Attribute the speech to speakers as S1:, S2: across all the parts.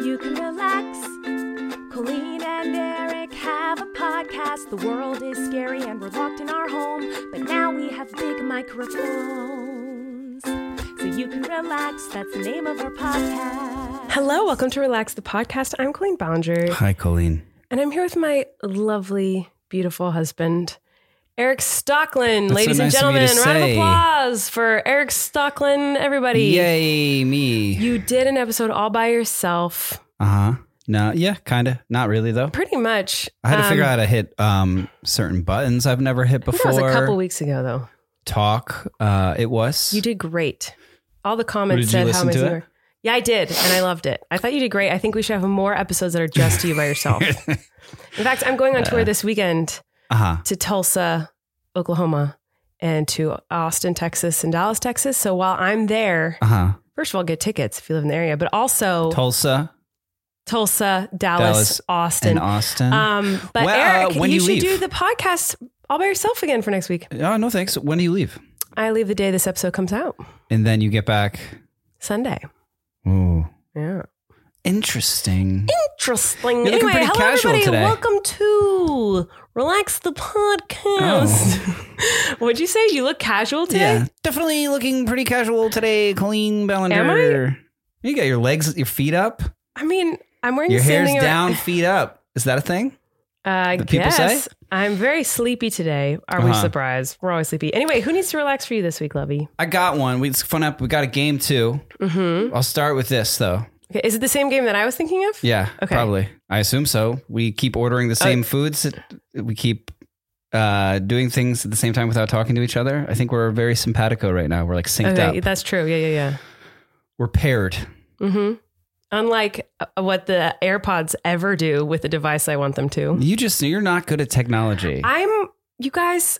S1: You can relax. Colleen and Eric have a podcast. The world is scary and we're locked in our home, but now we have big microphones. So you can relax. That's the name of our podcast.
S2: Hello, welcome to Relax the Podcast. I'm Colleen Boundary,
S3: Hi, Colleen.
S2: and I'm here with my lovely, beautiful husband, Eric Stockland.
S3: That's so
S2: Ladies
S3: nice
S2: and
S3: of you
S2: gentlemen,
S3: to
S2: round of
S3: say.
S2: applause for Eric Stockland, everybody.
S3: Yay, me.
S2: You did an episode all by yourself,
S3: Uh huh. No, yeah, kind of. Not really, though.
S2: pretty much.
S3: I had to
S2: Um,
S3: figure out how to hit um, certain buttons I've never hit
S2: I think that
S3: before.
S2: was a couple weeks ago, though.
S3: Talk. Uh, it was.
S2: You did great. All the comments
S3: Did you
S2: said how
S3: listen
S2: amazing you
S3: to it?
S2: were. Yeah, I did, and I loved it. I thought you did great. I think we should have more episodes that are just you by yourself. In fact, I'm going on tour this weekend.
S3: Uh huh.
S2: to Tulsa, Oklahoma, and to Austin, Texas, and Dallas, Texas. So while I'm there,
S3: Uh huh.
S2: first of all, get tickets if you live in the area, but also
S3: Tulsa
S2: Tulsa, Dallas,
S3: Dallas,
S2: Austin.
S3: and Austin.
S2: Um, but
S3: Well, uh,
S2: Eric,
S3: when
S2: you,
S3: do
S2: should
S3: you
S2: do
S3: leave?
S2: the podcast all by yourself again for next week.
S3: oh, no, thanks. When do you leave?
S2: I leave the day this episode comes out,
S3: And then you get back.
S2: Sunday.
S3: Ooh.
S2: Yeah.
S3: Interesting.
S2: Interesting.
S3: You're looking
S2: anyway,
S3: pretty
S2: hello
S3: casual
S2: everybody.
S3: today.
S2: Welcome to Relax the Podcast. What'd you say? You look casual today?
S3: Oh. Yeah. Definitely looking pretty casual today, Colleen Bellander. You got your legs, your feet up,
S2: I mean, I'm wearing
S3: your
S2: the same
S3: hair's
S2: thing around-
S3: down, feet up. Is that a thing?
S2: I
S3: that people
S2: guess
S3: say?
S2: I'm very sleepy today. Are we
S3: Uh-huh.
S2: surprised? We're always sleepy. Anyway, who needs to relax for you this week, Levy?
S3: I got one. We it's fun up. We got a game too.
S2: Mm-hmm.
S3: I'll start with this though.
S2: Okay, is it the same game that I was thinking of?
S3: Yeah,
S2: Okay. Uh,
S3: probably. I assume so. We keep ordering the same foods. We keep uh, doing things at the same time without talking to each other. I think we're very simpatico right now. We're like synced
S2: Okay,
S3: up.
S2: that's true. Yeah, yeah,
S3: We're paired.
S2: yeah. Mm-hmm. Unlike uh, what the AirPods ever do with the device I want them to.
S3: You just you're not good at technology,
S2: I'm, you guys,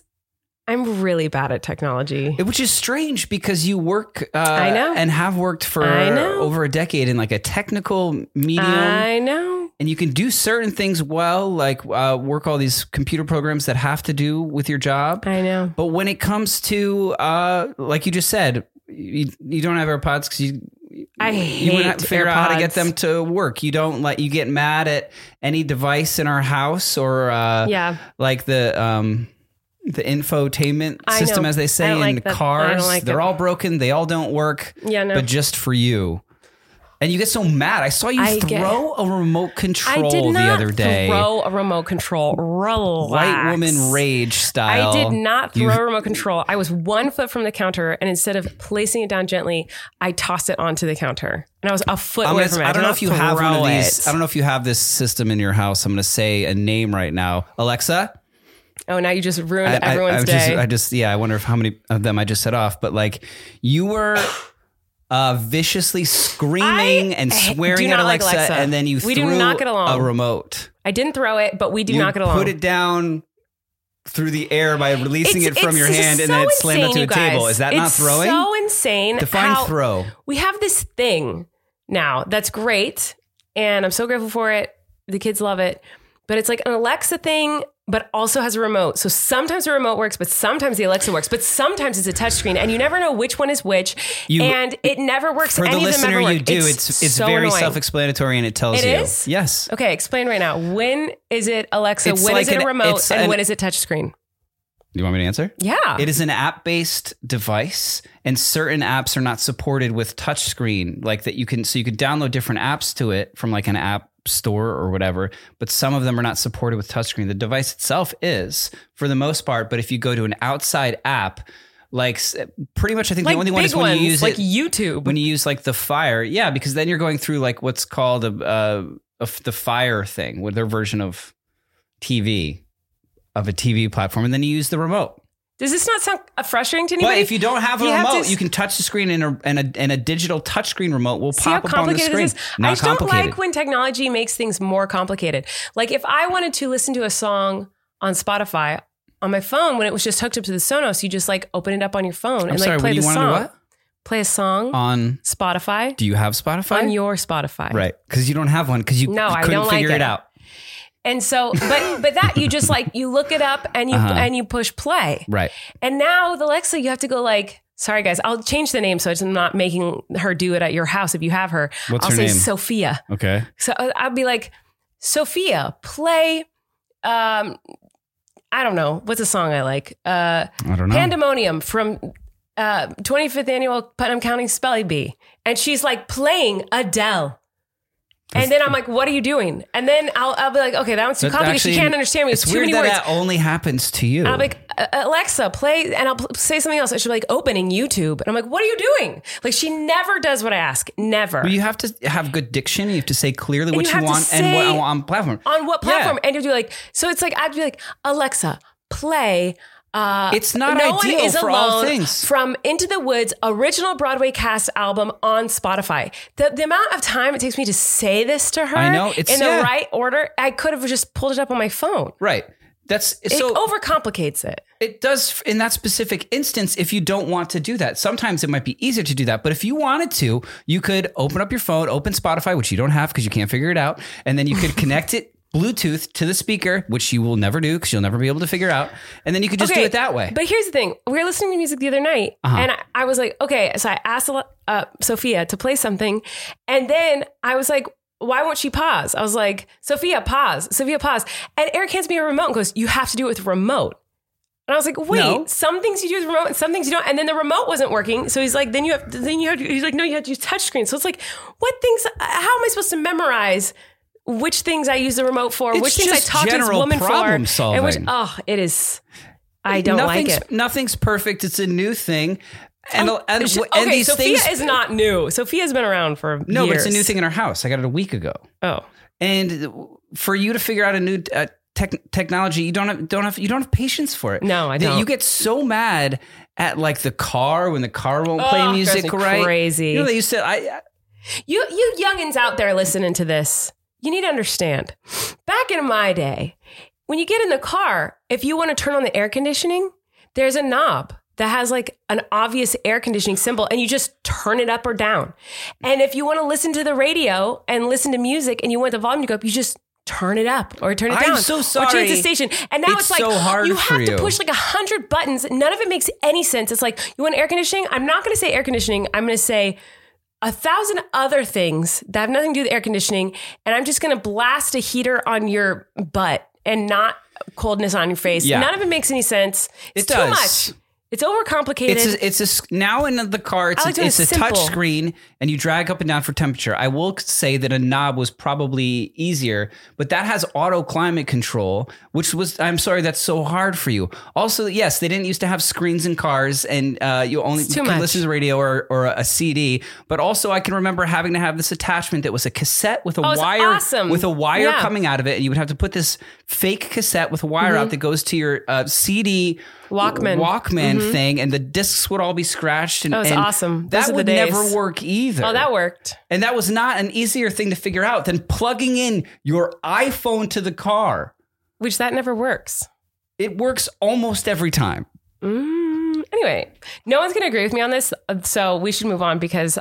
S2: I'm really bad at technology.
S3: It- which is strange because you work. Uh, I
S2: know.
S3: and have worked for
S2: I know.
S3: over a decade in like a technical medium.
S2: I know.
S3: and you can do certain things well, like uh, work all these computer programs that have to do with your job.
S2: I know.
S3: But when it comes to, uh, like you just said, you, you don't have AirPods because you
S2: I
S3: you
S2: hate
S3: wouldn't figure out how to get
S2: AirPods.
S3: them to work. You don't like you get mad at any device in our house or uh,
S2: Yeah.
S3: like the um, the infotainment
S2: I know.
S3: system, as they
S2: I
S3: say in
S2: don't like that. I
S3: cars.
S2: don't like
S3: They're
S2: it.
S3: all broken. They all don't work.
S2: Yeah, no.
S3: But just for you. And you get so mad. I saw you
S2: I get-
S3: throw a remote
S2: I
S3: control
S2: did not
S3: the other day.
S2: throw a remote control. Relax.
S3: White woman rage style.
S2: I did not throw
S3: You-
S2: a remote control. I was one foot from the counter, and instead of placing it down gently, I tossed it onto the counter, and I was a foot
S3: I'm
S2: away
S3: gonna,
S2: from it.
S3: I
S2: did
S3: don't know
S2: not
S3: if you have one of
S2: throw
S3: these.
S2: it.
S3: I don't know if you have this system in your house. I'm going to say a name right now. Alexa.
S2: oh, now you just ruined
S3: I, I-
S2: everyone's
S3: I
S2: day.
S3: Just, I just, yeah, I wonder if how many of them I just set off, but like you were uh, viciously screaming
S2: I
S3: and
S2: h- do
S3: swearing at
S2: not like
S3: Alexa,
S2: Alexa.
S3: and then you
S2: We do
S3: threw
S2: not get along.
S3: a remote.
S2: I didn't throw it, but we do
S3: you
S2: not get along.
S3: Put it down through the air by releasing
S2: It's-
S3: it from
S2: it's
S3: your hand, and
S2: so
S3: then it slammed
S2: insane,
S3: onto a
S2: you guys.
S3: table. Is that not
S2: It's
S3: throwing?
S2: So insane.
S3: Define
S2: how-
S3: throw.
S2: we have this thing now that's great and i'm so grateful for it the kids love it but it's like an alexa thing but also has a remote so sometimes the remote works but sometimes the alexa works but sometimes it's a touchscreen and you never know which one is which
S3: You-
S2: and it never works
S3: For the
S2: Any of them
S3: listener,
S2: ever work.
S3: you do. It's it's,
S2: so
S3: very
S2: annoying.
S3: self-explanatory, and it tells
S2: It
S3: you.
S2: is?
S3: Yes.
S2: okay explain right now when is it alexa When
S3: It's
S2: is
S3: like
S2: it a
S3: an-
S2: remote
S3: it's
S2: and
S3: an-
S2: when is it touchscreen
S3: Do you want me to answer?
S2: yeah
S3: It is an app-based device, and certain apps are not supported with touchscreen, like that you can. So you could download different apps to it from like an app store or whatever. But some of them are not supported with touchscreen. The device itself is, for the most part. But if you go to an outside app, like s- pretty much, I think
S2: like
S3: the only
S2: big
S3: one is when
S2: ones
S3: you use
S2: like
S3: it
S2: youtube
S3: when you use like the fire yeah because then you're going through like what's called a, uh a f- the fire thing with their version of tv of a tv platform and then you use the remote
S2: Does this not sound uh, frustrating to anybody?
S3: But if you don't have a
S2: You have
S3: remote,
S2: to s-
S3: you can touch the screen and a, and a, and a digital touchscreen remote will
S2: See how
S3: pop up on the
S2: complicated
S3: screen.
S2: this is? I just don't like when technology makes things more complicated. Like if I wanted to listen to a song on Spotify on my phone when it was just hooked up to the Sonos, you just like open it up on your phone
S3: I'm
S2: and
S3: sorry,
S2: like play
S3: when
S2: the
S3: you wanted to
S2: song.
S3: what?
S2: Play a song
S3: On,
S2: Spotify
S3: do you have Spotify?
S2: on your Spotify.
S3: right. Because you don't have one because you
S2: No, I
S3: couldn't
S2: don't like
S3: figure it.
S2: it.
S3: out.
S2: And so but but that you just like you look it up and you
S3: Uh-huh.
S2: and you push play.
S3: Right.
S2: And now the Alexa, you have to go like, sorry guys, I'll change the name so I'm not making her do it at your house if you have her.
S3: What's
S2: I'll
S3: her
S2: say
S3: name?
S2: Sophia.
S3: Okay.
S2: So I- I'd be like, Sophia, play. Um, I don't know what's a song I like. Uh,
S3: I don't know.
S2: Pandemonium from uh, 25th annual Putnam County Spelling Bee, and she's like playing Adele. And then I'm like, "What are you doing?" And then I'll, I'll be like, "Okay, that one's too
S3: But
S2: complicated.
S3: actually,
S2: she can't understand me. It's,
S3: It's
S2: too
S3: weird
S2: many
S3: that
S2: words."
S3: that only happens to you.
S2: And I'm like, "Uh, Alexa, play, and I'll pl- say something else. I should be like, opening YouTube. And I'm like, what are you doing? Like, she never does what I ask. Never.
S3: But you have to have good diction. You have to say clearly what
S2: you
S3: you,
S2: have to
S3: want and what
S2: say-
S3: on platform.
S2: on what
S3: Yeah.
S2: platform? And you do like, so it's like, I'd be like, Alexa, play. Uh,
S3: It's not
S2: no
S3: ideal
S2: one is
S3: for
S2: alone
S3: all things.
S2: from Into the Woods original Broadway cast album on Spotify. The, the amount of time it takes me to say this to her
S3: I know, it's-
S2: in the
S3: yeah.
S2: right order, I could have just pulled it up on my phone.
S3: right. That's
S2: It
S3: so
S2: overcomplicates it.
S3: it does in that specific instance if you don't want to do that. Sometimes it might be easier to do that, but if you wanted to, you could open up your phone, open Spotify, which you don't have because you can't figure it out, and then you could connect it Bluetooth to the speaker, which you will never do because you'll never be able to figure out, and then you could just do it that way. Uh-huh.
S2: But here's the thing: we were listening to music the other night, and I, I was like, okay. So I asked uh, Sophia to play something, and then I was like, why won't she pause? I was like, Sophia, pause. Sophia, pause. And Eric hands me a remote and goes, you have to do it with remote. And I was like, wait,
S3: No.
S2: some things you do with remote and some things you don't. And then the remote wasn't working. So he's like, then you have, then you have, to, he's like, no, you have to use touchscreen. So it's like, what things, how am I supposed to memorize which things I use the remote for,
S3: It's
S2: which things I
S3: just
S2: talk to this
S3: general
S2: woman for,
S3: problem
S2: and which,
S3: solving.
S2: oh, it is, I don't like
S3: nothing's,
S2: it.
S3: Nothing's perfect. It's a new thing, and and,
S2: It's just-
S3: and
S2: okay,
S3: these
S2: Sophia
S3: things.
S2: is not new. Sophia's been around for
S3: no,
S2: years.
S3: but it's a new thing in our house. I got it a week ago.
S2: Oh,
S3: and for you to figure out a new uh, tech- technology, you don't have don't have you don't have patience for it.
S2: No, I
S3: That
S2: don't.
S3: You get so mad at like the car when the car won't play
S2: Oh,
S3: music
S2: drives me
S3: right.
S2: crazy.
S3: You know they used to. I
S2: you you youngins out there listening to this, you need to understand. Back in my day, when you get in the car, if you want to turn on the air conditioning, there's a knob that has like an obvious air conditioning symbol and you just turn it up or down. And if you want to listen to the radio and listen to music and you want the volume to go up, you just turn it up or turn it
S3: I'm
S2: down.
S3: so
S2: Or change
S3: sorry.
S2: the station. And now
S3: It's
S2: it's, like
S3: so hard
S2: you
S3: for
S2: have to
S3: you.
S2: push like a hundred buttons. None of it makes any sense. It's like you want air conditioning? I'm not gonna say air conditioning. I'm gonna say a thousand other things that have nothing to do with air conditioning, and I'm just going to blast a heater on your butt and not coldness on your face.
S3: Yeah.
S2: None of it makes any sense. It's too
S3: It does.
S2: much. It's overcomplicated.
S3: it's a, it's a s- now in the car it's
S2: I like
S3: a,
S2: when
S3: it's a
S2: it's
S3: touch
S2: simple.
S3: screen and you drag up and down for temperature. I will say that a knob was probably easier, but that has auto climate control, which was I'm sorry that's so hard for you. Also, yes, they didn't used to have screens in cars and uh, you only
S2: It's
S3: you
S2: too
S3: could
S2: much.
S3: listen to the radio or, or a CD. But also, I can remember having to have this attachment that was a cassette with a
S2: Oh, it's
S3: wire
S2: awesome.
S3: with a wire
S2: Yeah.
S3: coming out of it, and you would have to put this fake cassette with a wire out that goes to your uh, CD
S2: Mm-hmm. Walkman.
S3: Walkman thing, and the discs would all be scratched. And,
S2: Oh, it's
S3: and
S2: awesome. Those
S3: That
S2: are the
S3: would
S2: days.
S3: never work either.
S2: oh, that worked.
S3: and that was not an easier thing to figure out than plugging in your iPhone to the car.
S2: Which that never works.
S3: It works almost every time.
S2: Mm, anyway, no one's going to agree with me on this, so we should move on because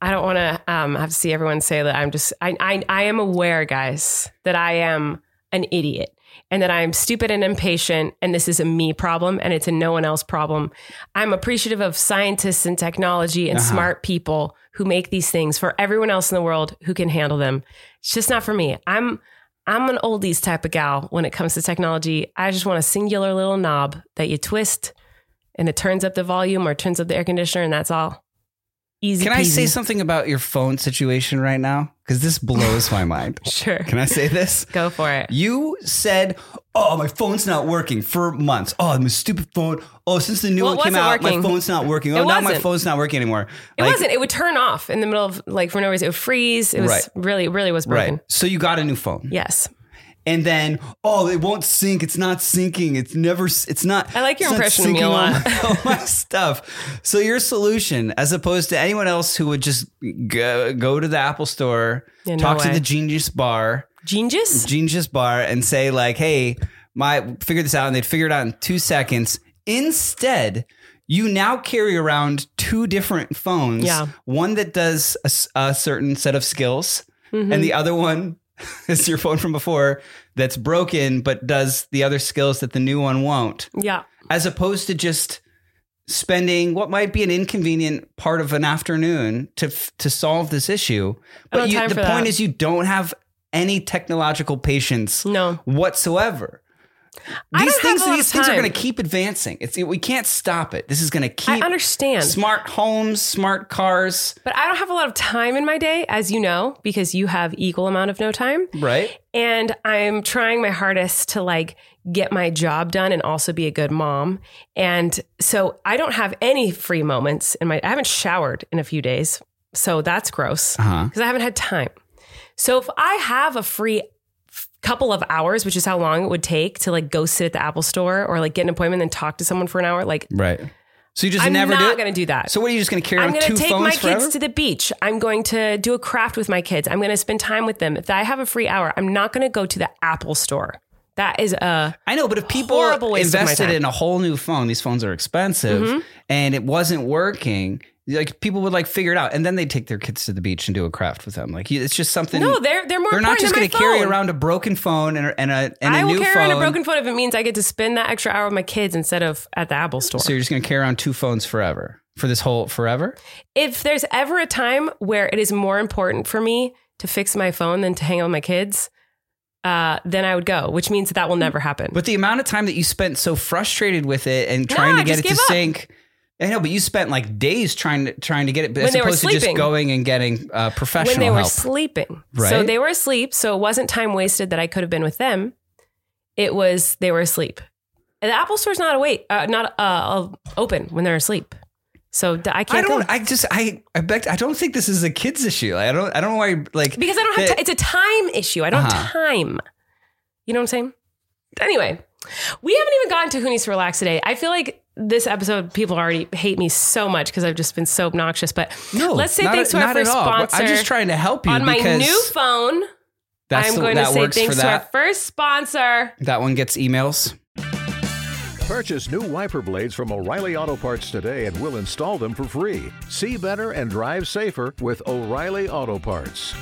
S2: I don't want to um, have to see everyone say that I'm just. I, I I am aware, guys, that I am an idiot and that I am stupid and impatient, and this is a me problem and it's a no one else problem. I'm appreciative of scientists and technology
S3: Uh-huh.
S2: and smart people who make these things for everyone else in the world who can handle them. It's just not for me. I'm. I'm an oldies type of gal when it comes to technology. I just want a singular little knob that you twist and it turns up the volume or turns up the air conditioner, and that's all. Easy.
S3: Can I say
S2: peasy.
S3: something about your phone situation right now? Because this blows my mind.
S2: Sure.
S3: Can I say this?
S2: Go for it.
S3: You said, "Oh, my phone's not working for months. Oh, my stupid phone. Oh, since the new
S2: Well, it
S3: one came
S2: wasn't
S3: out,
S2: working.
S3: my phone's not working.
S2: It
S3: Oh, now my
S2: wasn't.
S3: phone's not working anymore."
S2: It
S3: Like,
S2: wasn't. It would turn off in the middle of like for no reason. It would freeze. It was
S3: Right.
S2: really, really was broken.
S3: right. So you got a new phone.
S2: Yes.
S3: and then oh, it won't sync. It's not syncing. It's never. s- It's not.
S2: I like your
S3: it's not
S2: impression of me a
S3: syncing all
S2: lot.
S3: my- all my stuff. So your solution, as opposed to anyone else who would just go, go to the Apple Store,
S2: Yeah, no
S3: talk to
S2: way.
S3: the Genius Bar,
S2: Genius?
S3: Genius Bar, and say like, "Hey, my figure this out," and they'd figure it out in two seconds. Instead, you now carry around two different phones.
S2: Yeah.
S3: One that does a, s- a certain set of skills, and the other one is your phone from before that's broken but does the other skills that the new one won't
S2: Yeah.
S3: as opposed to just spending what might be an inconvenient part of an afternoon to f- to solve this issue.
S2: I don't
S3: But you,
S2: have time
S3: the
S2: for
S3: point
S2: that.
S3: is, you don't have any technological patience
S2: No.
S3: whatsoever.
S2: I
S3: These
S2: don't have
S3: things,
S2: a lot of
S3: these things are
S2: time.
S3: going to keep advancing. It's we can't stop it. This is going to keep
S2: I understand.
S3: smart homes, smart cars,
S2: But I don't have a lot of time in my day, as you know, because you have equal amount of no time.
S3: right?
S2: And I'm trying my hardest to like get my job done and also be a good mom. And so I don't have any free moments in my I haven't showered in a few days. So that's gross
S3: Uh-huh.
S2: because I haven't had time. So if I have a free f- couple of hours, which is how long it would take to like go sit at the Apple store or like get an appointment and talk to someone for an hour, like
S3: Right. So you just
S2: I'm
S3: never do
S2: not
S3: it?
S2: going to do that.
S3: So what are you just going to carry
S2: I'm
S3: on
S2: going to
S3: two
S2: take
S3: phones
S2: my
S3: forever?
S2: kids to the beach. I'm going to do a craft with my kids. I'm going to spend time with them. If I have a free hour, I'm not going to go to the Apple store. That is a
S3: I know, but if people
S2: Horrible waste of my
S3: invested
S2: time. Mm-hmm.
S3: in a whole new phone, these phones are expensive, and it wasn't working. Like people would like figure it out, and then they take their kids to the beach and do a craft with them. Like you- it's just something.
S2: no. They're they're more.
S3: they're not
S2: important
S3: just
S2: than my
S3: gonna carry
S2: phone.
S3: around a broken phone and a and a, and
S2: I
S3: a
S2: will
S3: new
S2: carry
S3: phone.
S2: around a broken phone if it means I get to spend that extra hour with my kids instead of at the Apple store.
S3: so you're just gonna carry around two phones forever for this whole forever.
S2: if there's ever a time where it is more important for me to fix my phone than to hang out with my kids, uh, then I would go. Which means that, that will never happen.
S3: But the amount of time that you spent so frustrated with it and trying
S2: I
S3: to get
S2: just
S3: it to
S2: gave up.
S3: sync. I know, but you spent like days trying to trying to get it, as
S2: they were
S3: opposed to just
S2: sleeping.
S3: going and getting uh, professional
S2: when they were
S3: help.
S2: sleeping. So
S3: Right.
S2: they were asleep. So it wasn't time wasted that I could have been with them. It was they were asleep. And the Apple Store's not awake, uh, not uh, open when they're asleep. So d- I
S3: I
S2: can't
S3: don't.
S2: go
S3: I just. I. I bet. I don't think this is a kids issue. Like, I don't. I don't know why. Like
S2: because I don't have.
S3: the-
S2: ti- it's a time issue. I don't have
S3: Uh-huh.
S2: time. You know what I'm saying? Anyway, we haven't even gotten to who needs to relax today. I feel like this episode people already hate me so much because I've just been so obnoxious. But
S3: no.
S2: let's say
S3: not
S2: thanks to
S3: at-
S2: our
S3: not at
S2: first
S3: all. But
S2: sponsor.
S3: I'm just trying to help you
S2: on my
S3: because
S2: new phone.
S3: that's
S2: I'm
S3: the-
S2: going
S3: that
S2: to say
S3: works
S2: thanks
S3: for
S2: to our
S3: that.
S2: first sponsor.
S3: that one gets emails.
S4: Purchase new wiper blades from O'Reilly Auto Parts today and we'll install them for free. See better and drive safer with O'Reilly Auto Parts.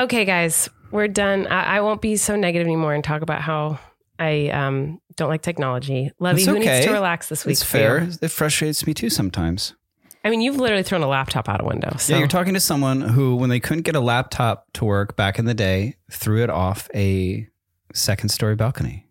S2: Okay, guys, we're done. I, I won't be so negative anymore and talk about how I um, don't like technology. Levy,
S3: It's
S2: who needs
S3: okay.
S2: to relax this week?
S3: It's
S2: for
S3: fair.
S2: you?
S3: It frustrates me too sometimes.
S2: I mean, you've literally thrown a laptop out a window. So
S3: Yeah, you're talking to someone who, when they couldn't get a laptop to work back in the day, threw it off a second story balcony.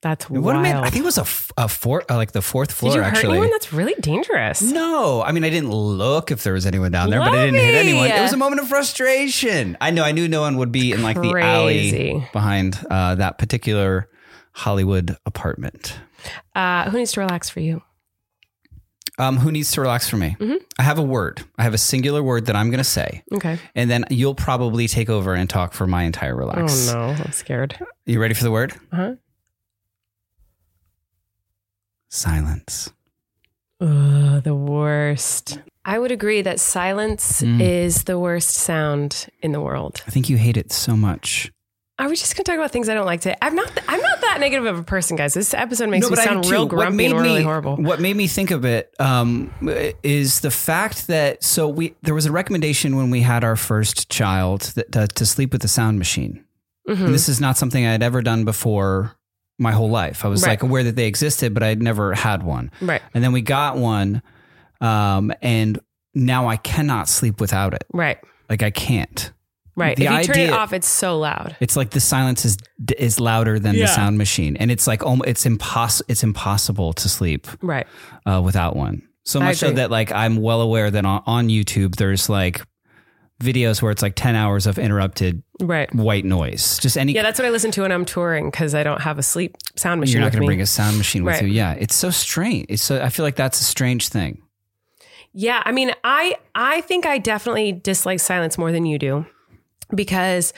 S2: that's
S3: What
S2: wild.
S3: am I? I think it was a, f- a four, uh, like the fourth floor.
S2: Did you hurt
S3: actually,
S2: anyone? That's really dangerous.
S3: No, I mean I didn't look if there was anyone down there, but I didn't hit
S2: Lovey!
S3: anyone. It was a moment of frustration. I know I knew no one would be in like the
S2: Crazy.
S3: alley behind uh, that particular Hollywood apartment.
S2: Uh, who needs to relax for you?
S3: Um, who needs to relax for me?
S2: Mm-hmm.
S3: I have a word. I have a singular word that I'm going to say,
S2: Okay.
S3: and then you'll probably take over and talk for my entire
S2: Oh
S3: relax.
S2: no, I'm scared.
S3: You ready for the word?
S2: Uh-huh.
S3: Silence.
S2: Ugh, the worst. I would agree that silence
S3: Mm.
S2: is the worst sound in the world.
S3: I think you hate it so much.
S2: Are we just gonna talk about things I don't like today? I'm not. I'm not that negative of a person, guys. This episode makes
S3: No,
S2: me
S3: but I
S2: sound
S3: do
S2: real
S3: too. What
S2: grumpy and
S3: made
S2: really
S3: me-
S2: horrible.
S3: What made me think of it um, is the fact that so we there was a recommendation when we had our first child that to, to sleep with a sound machine.
S2: Mhm.
S3: And this is not something I had ever done before my whole life. I was
S2: Right.
S3: like aware that they existed, but I'd never had one.
S2: Right,
S3: And then we got one, um, and now I cannot sleep without it.
S2: right,
S3: Like I can't.
S2: right.
S3: The
S2: if you turn it
S3: idea-
S2: off, it's so loud.
S3: It's like the silence is is louder than
S2: Yeah.
S3: the sound machine, and it's like almo- it's impossible. It's impossible to sleep
S2: Right.
S3: uh, without one. So
S2: I
S3: much so
S2: agree.
S3: that like I'm well aware that on, on YouTube there's like videos where it's like 10 hours of interrupted
S2: Right.
S3: white noise. Just any
S2: Yeah, that's what I listen to when I'm touring because I don't have a sleep sound machine.
S3: you're not
S2: with
S3: going
S2: me.
S3: to bring a sound machine with
S2: Right.
S3: you. Yeah, it's so strange. It's so I feel like that's a strange thing.
S2: Yeah, I mean, I I think I definitely dislike silence more than you do because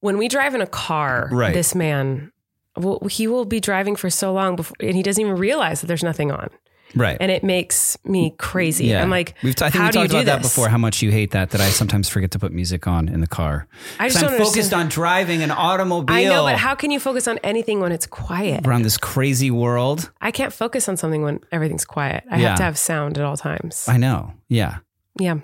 S2: when we drive in a car,
S3: Right.
S2: this man will, he will be driving for so long before and he doesn't even realize that there's nothing on.
S3: Right.
S2: And it makes me crazy. I'm like,
S3: we've t- I think
S2: how
S3: we
S2: do you
S3: talked
S2: do
S3: about that
S2: this?
S3: before. How much you hate that? That I sometimes forget to put music on in the car.
S2: I just
S3: 'Cause I'm
S2: don't
S3: focused
S2: understand.
S3: on driving an automobile.
S2: I know, but how can you focus on anything when it's quiet?
S3: around this crazy world?
S2: I can't focus on something when everything's quiet. I
S3: Yeah.
S2: have to have sound at all times.
S3: I know. Yeah,
S2: yeah.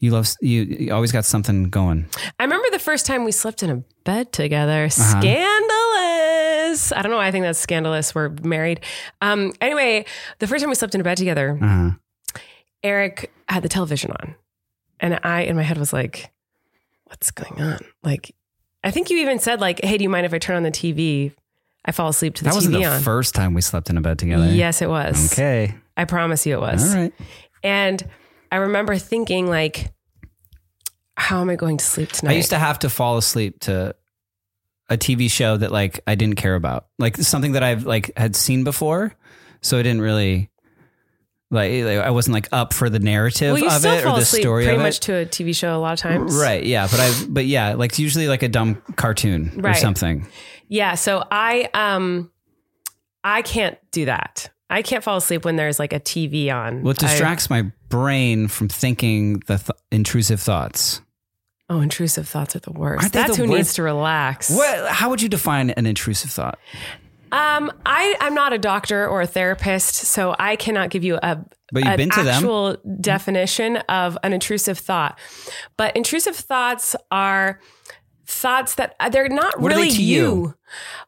S3: you love you, you always got something going.
S2: I remember the first time we slept in a bed together.
S3: Uh-huh.
S2: Scandalous. I don't know why I think that's scandalous. We're married. Um, anyway, the first time we slept in a bed together,
S3: Uh-huh.
S2: Eric had the television on. And I, in my head, was like, what's going on? Like, I think you even said, like, hey, do you mind if I turn on the TV? I fall asleep to the
S3: That wasn't
S2: TV
S3: the
S2: on.
S3: first time we slept in a bed together.
S2: Yes, it was.
S3: Okay.
S2: I promise you it
S3: All
S2: was.
S3: right.
S2: And I remember thinking, like, how am I going to sleep tonight?
S3: I used to have to fall asleep to a TV show that like I didn't care about, like something that I've like had seen before, so I didn't really like I wasn't like up for the narrative
S2: well, you
S3: of
S2: still
S3: it or
S2: fall
S3: the
S2: asleep
S3: story
S2: pretty
S3: of
S2: much
S3: it.
S2: to a TV show a lot of times,
S3: Right, yeah, but I, but yeah, like it's usually like a dumb cartoon or
S2: Right.
S3: something.
S2: Yeah, so I um, I can't do that. I can't fall asleep when there's like a TV on.
S3: Well, it
S2: I-
S3: distracts my brain from thinking the th- intrusive thoughts.
S2: oh, intrusive thoughts are the worst.
S3: Aren't they
S2: That's
S3: the
S2: who needs
S3: worst?
S2: to relax.
S3: What? How would you define an intrusive thought?
S2: Um, I I'm not a doctor or a therapist, so I cannot give you a
S3: But you've
S2: an
S3: been to them.
S2: actual definition of an intrusive thought. But intrusive thoughts are thoughts that uh, they're not
S3: What are they
S2: really
S3: to
S2: you.
S3: you?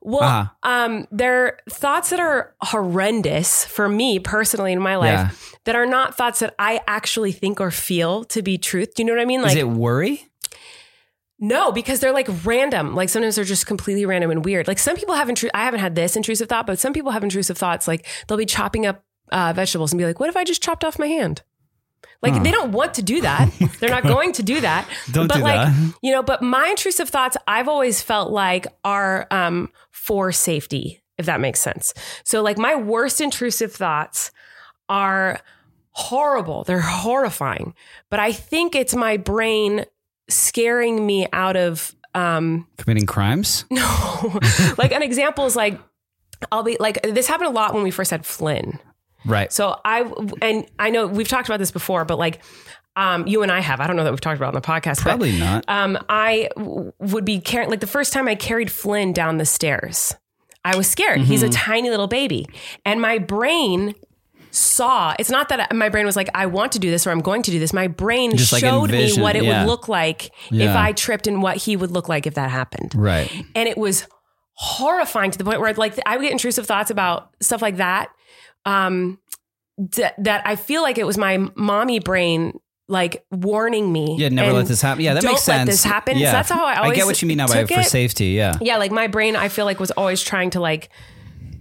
S2: Well,
S3: Uh-huh.
S2: um, they're thoughts that are horrendous for me personally in my life.
S3: Yeah.
S2: That are not thoughts that I actually think or feel to be truth. Do you know what I mean? Like
S3: Is it worry?
S2: no, because they're like random. Like sometimes they're just completely random and weird. Like some people have intrusive. I haven't had this intrusive thought, but some people have intrusive thoughts. Like they'll be chopping up uh, vegetables and be like, "What if I just chopped off my hand?" Like they don't want to do that. they're not going to do that.
S3: Oh Don't
S2: but
S3: do
S2: like,
S3: that.
S2: You know, but my intrusive thoughts I've always felt like are um, for safety, if that makes sense. So like my worst intrusive thoughts are horrible. They're horrifying. But I think it's my brain scaring me out of um
S3: Committing crimes?
S2: no. like an example is like I'll be like this happened a lot when we first had Flynn.
S3: Right.
S2: So I and I know we've talked about this before, but like um you and I have. I don't know that we've talked about it on the podcast. but,
S3: Probably not.
S2: um I w- would be carrying like the first time I carried Flynn down the stairs. I was scared. He's a
S3: Mm-hmm.
S2: tiny little baby. And my brain saw it's not that my brain was like i want to do this or i'm going to do this my brain
S3: Just, like,
S2: showed
S3: envision,
S2: me what it
S3: yeah.
S2: would look like if
S3: Yeah.
S2: i tripped and what he would look like if that happened
S3: Right.
S2: and it was horrifying to the point where like I would get intrusive thoughts about stuff like that. Um, d- that I feel like it was my mommy brain like warning me.
S3: Yeah, never let
S2: and
S3: this happen. Yeah, that
S2: don't
S3: makes sense.
S2: Let this happen. So
S3: Yeah.
S2: that's how I always.
S3: I get what you mean now by
S2: took
S3: for
S2: it.
S3: safety. Yeah.
S2: Yeah, like my brain, I feel like was always trying to like.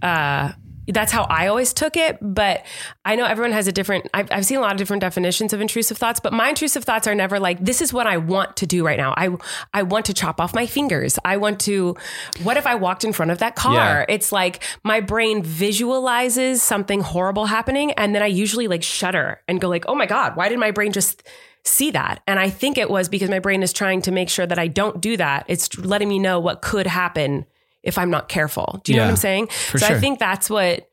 S2: uh that's how I always took it, but I know everyone has a different. I've, I've seen a lot of different definitions of intrusive thoughts, but my intrusive thoughts are never like this is what I want to do right now. I I want to chop off my fingers. I want to. What if I walked in front of that car? It's like my brain visualizes something horrible happening, and then I usually like shudder and go like, oh my god, why did my brain just see that? And I think it was because my brain is trying to make sure that I don't do that. It's letting me know what could happen if I'm not careful. Do you know
S3: Yeah.
S2: what I'm saying? so
S3: sure.
S2: I think that's what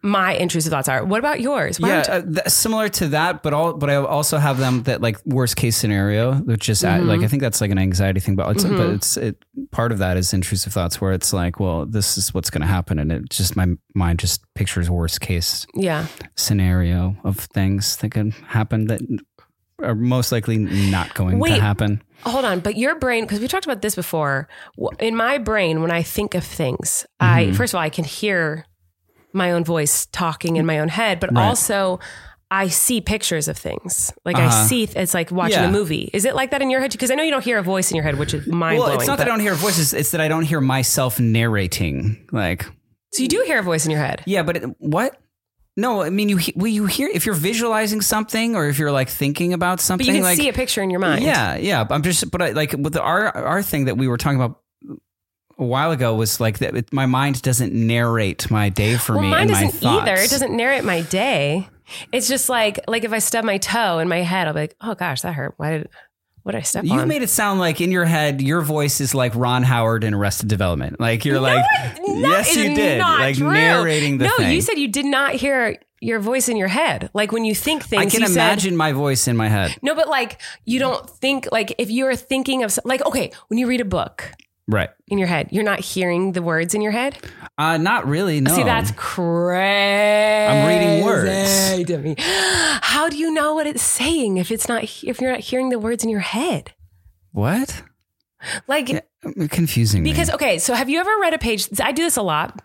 S2: my intrusive thoughts are. What about yours? Why
S3: yeah,
S2: don't-
S3: uh, th- similar to that, but all but I also have them that like worst case scenario, which is at
S2: Mm-hmm.
S3: like I think that's like an anxiety thing, but it's but it's it, part of that is intrusive thoughts where it's like, well, this is what's going to happen, and it just my mind just pictures worst case
S2: yeah.
S3: scenario of things that can happen that are most likely not going to
S2: Wait.
S3: happen.
S2: Hold on, but your brain because we talked about this before. w- In my brain, when I think of things, I
S3: Mm-hmm.
S2: first of all I can hear my own voice talking in my own head, but
S3: Right.
S2: also I see pictures of things. Like
S3: Uh-huh.
S2: I see, it's like watching
S3: Yeah.
S2: a movie. Is it like that in your head? Because I know you don't hear a voice in your head, which is mind
S3: Well,
S2: blowing.
S3: it's not that I don't hear voices; it's that I don't hear myself narrating. Like,
S2: so you do hear a voice in your head.
S3: Yeah, but it, what? No, I mean you. he- Will you hear if you're visualizing something or if you're like thinking about something?
S2: But you can
S3: like,
S2: see a picture in your mind.
S3: Yeah, yeah. but I'm just, but I like with the, our our thing that we were talking about a while ago was like that. It, my mind doesn't narrate my day for
S2: Well,
S3: me.
S2: mine
S3: and my
S2: doesn't
S3: thoughts.
S2: either. It doesn't narrate my day. It's just like like if I stub my toe in my head, I'll be like, oh gosh, that hurt. Why did what did I step
S3: You've
S2: on?
S3: made it sound like in your head, your voice is like Ron Howard in Arrested Development. Like you're like,
S2: No,
S3: yes,
S2: it's
S3: you did.
S2: not
S3: Like
S2: true.
S3: narrating the
S2: no,
S3: thing.
S2: you said you did not hear your voice in your head. Like when you think things,
S3: I can
S2: you said-
S3: imagine my voice in my head.
S2: no, but like you don't think like if you are thinking of some- like okay when you read a book
S3: Right.
S2: in your head, you're not hearing the words in your head.
S3: Uh, not really. No.
S2: See, that's crazy.
S3: I'm reading words.
S2: to me. How do you know what it's saying if it's not if you're not hearing the words in your head?
S3: what?
S2: Like
S3: Uh, Confusing. me.
S2: Because okay, so have you ever read a page? I do this a lot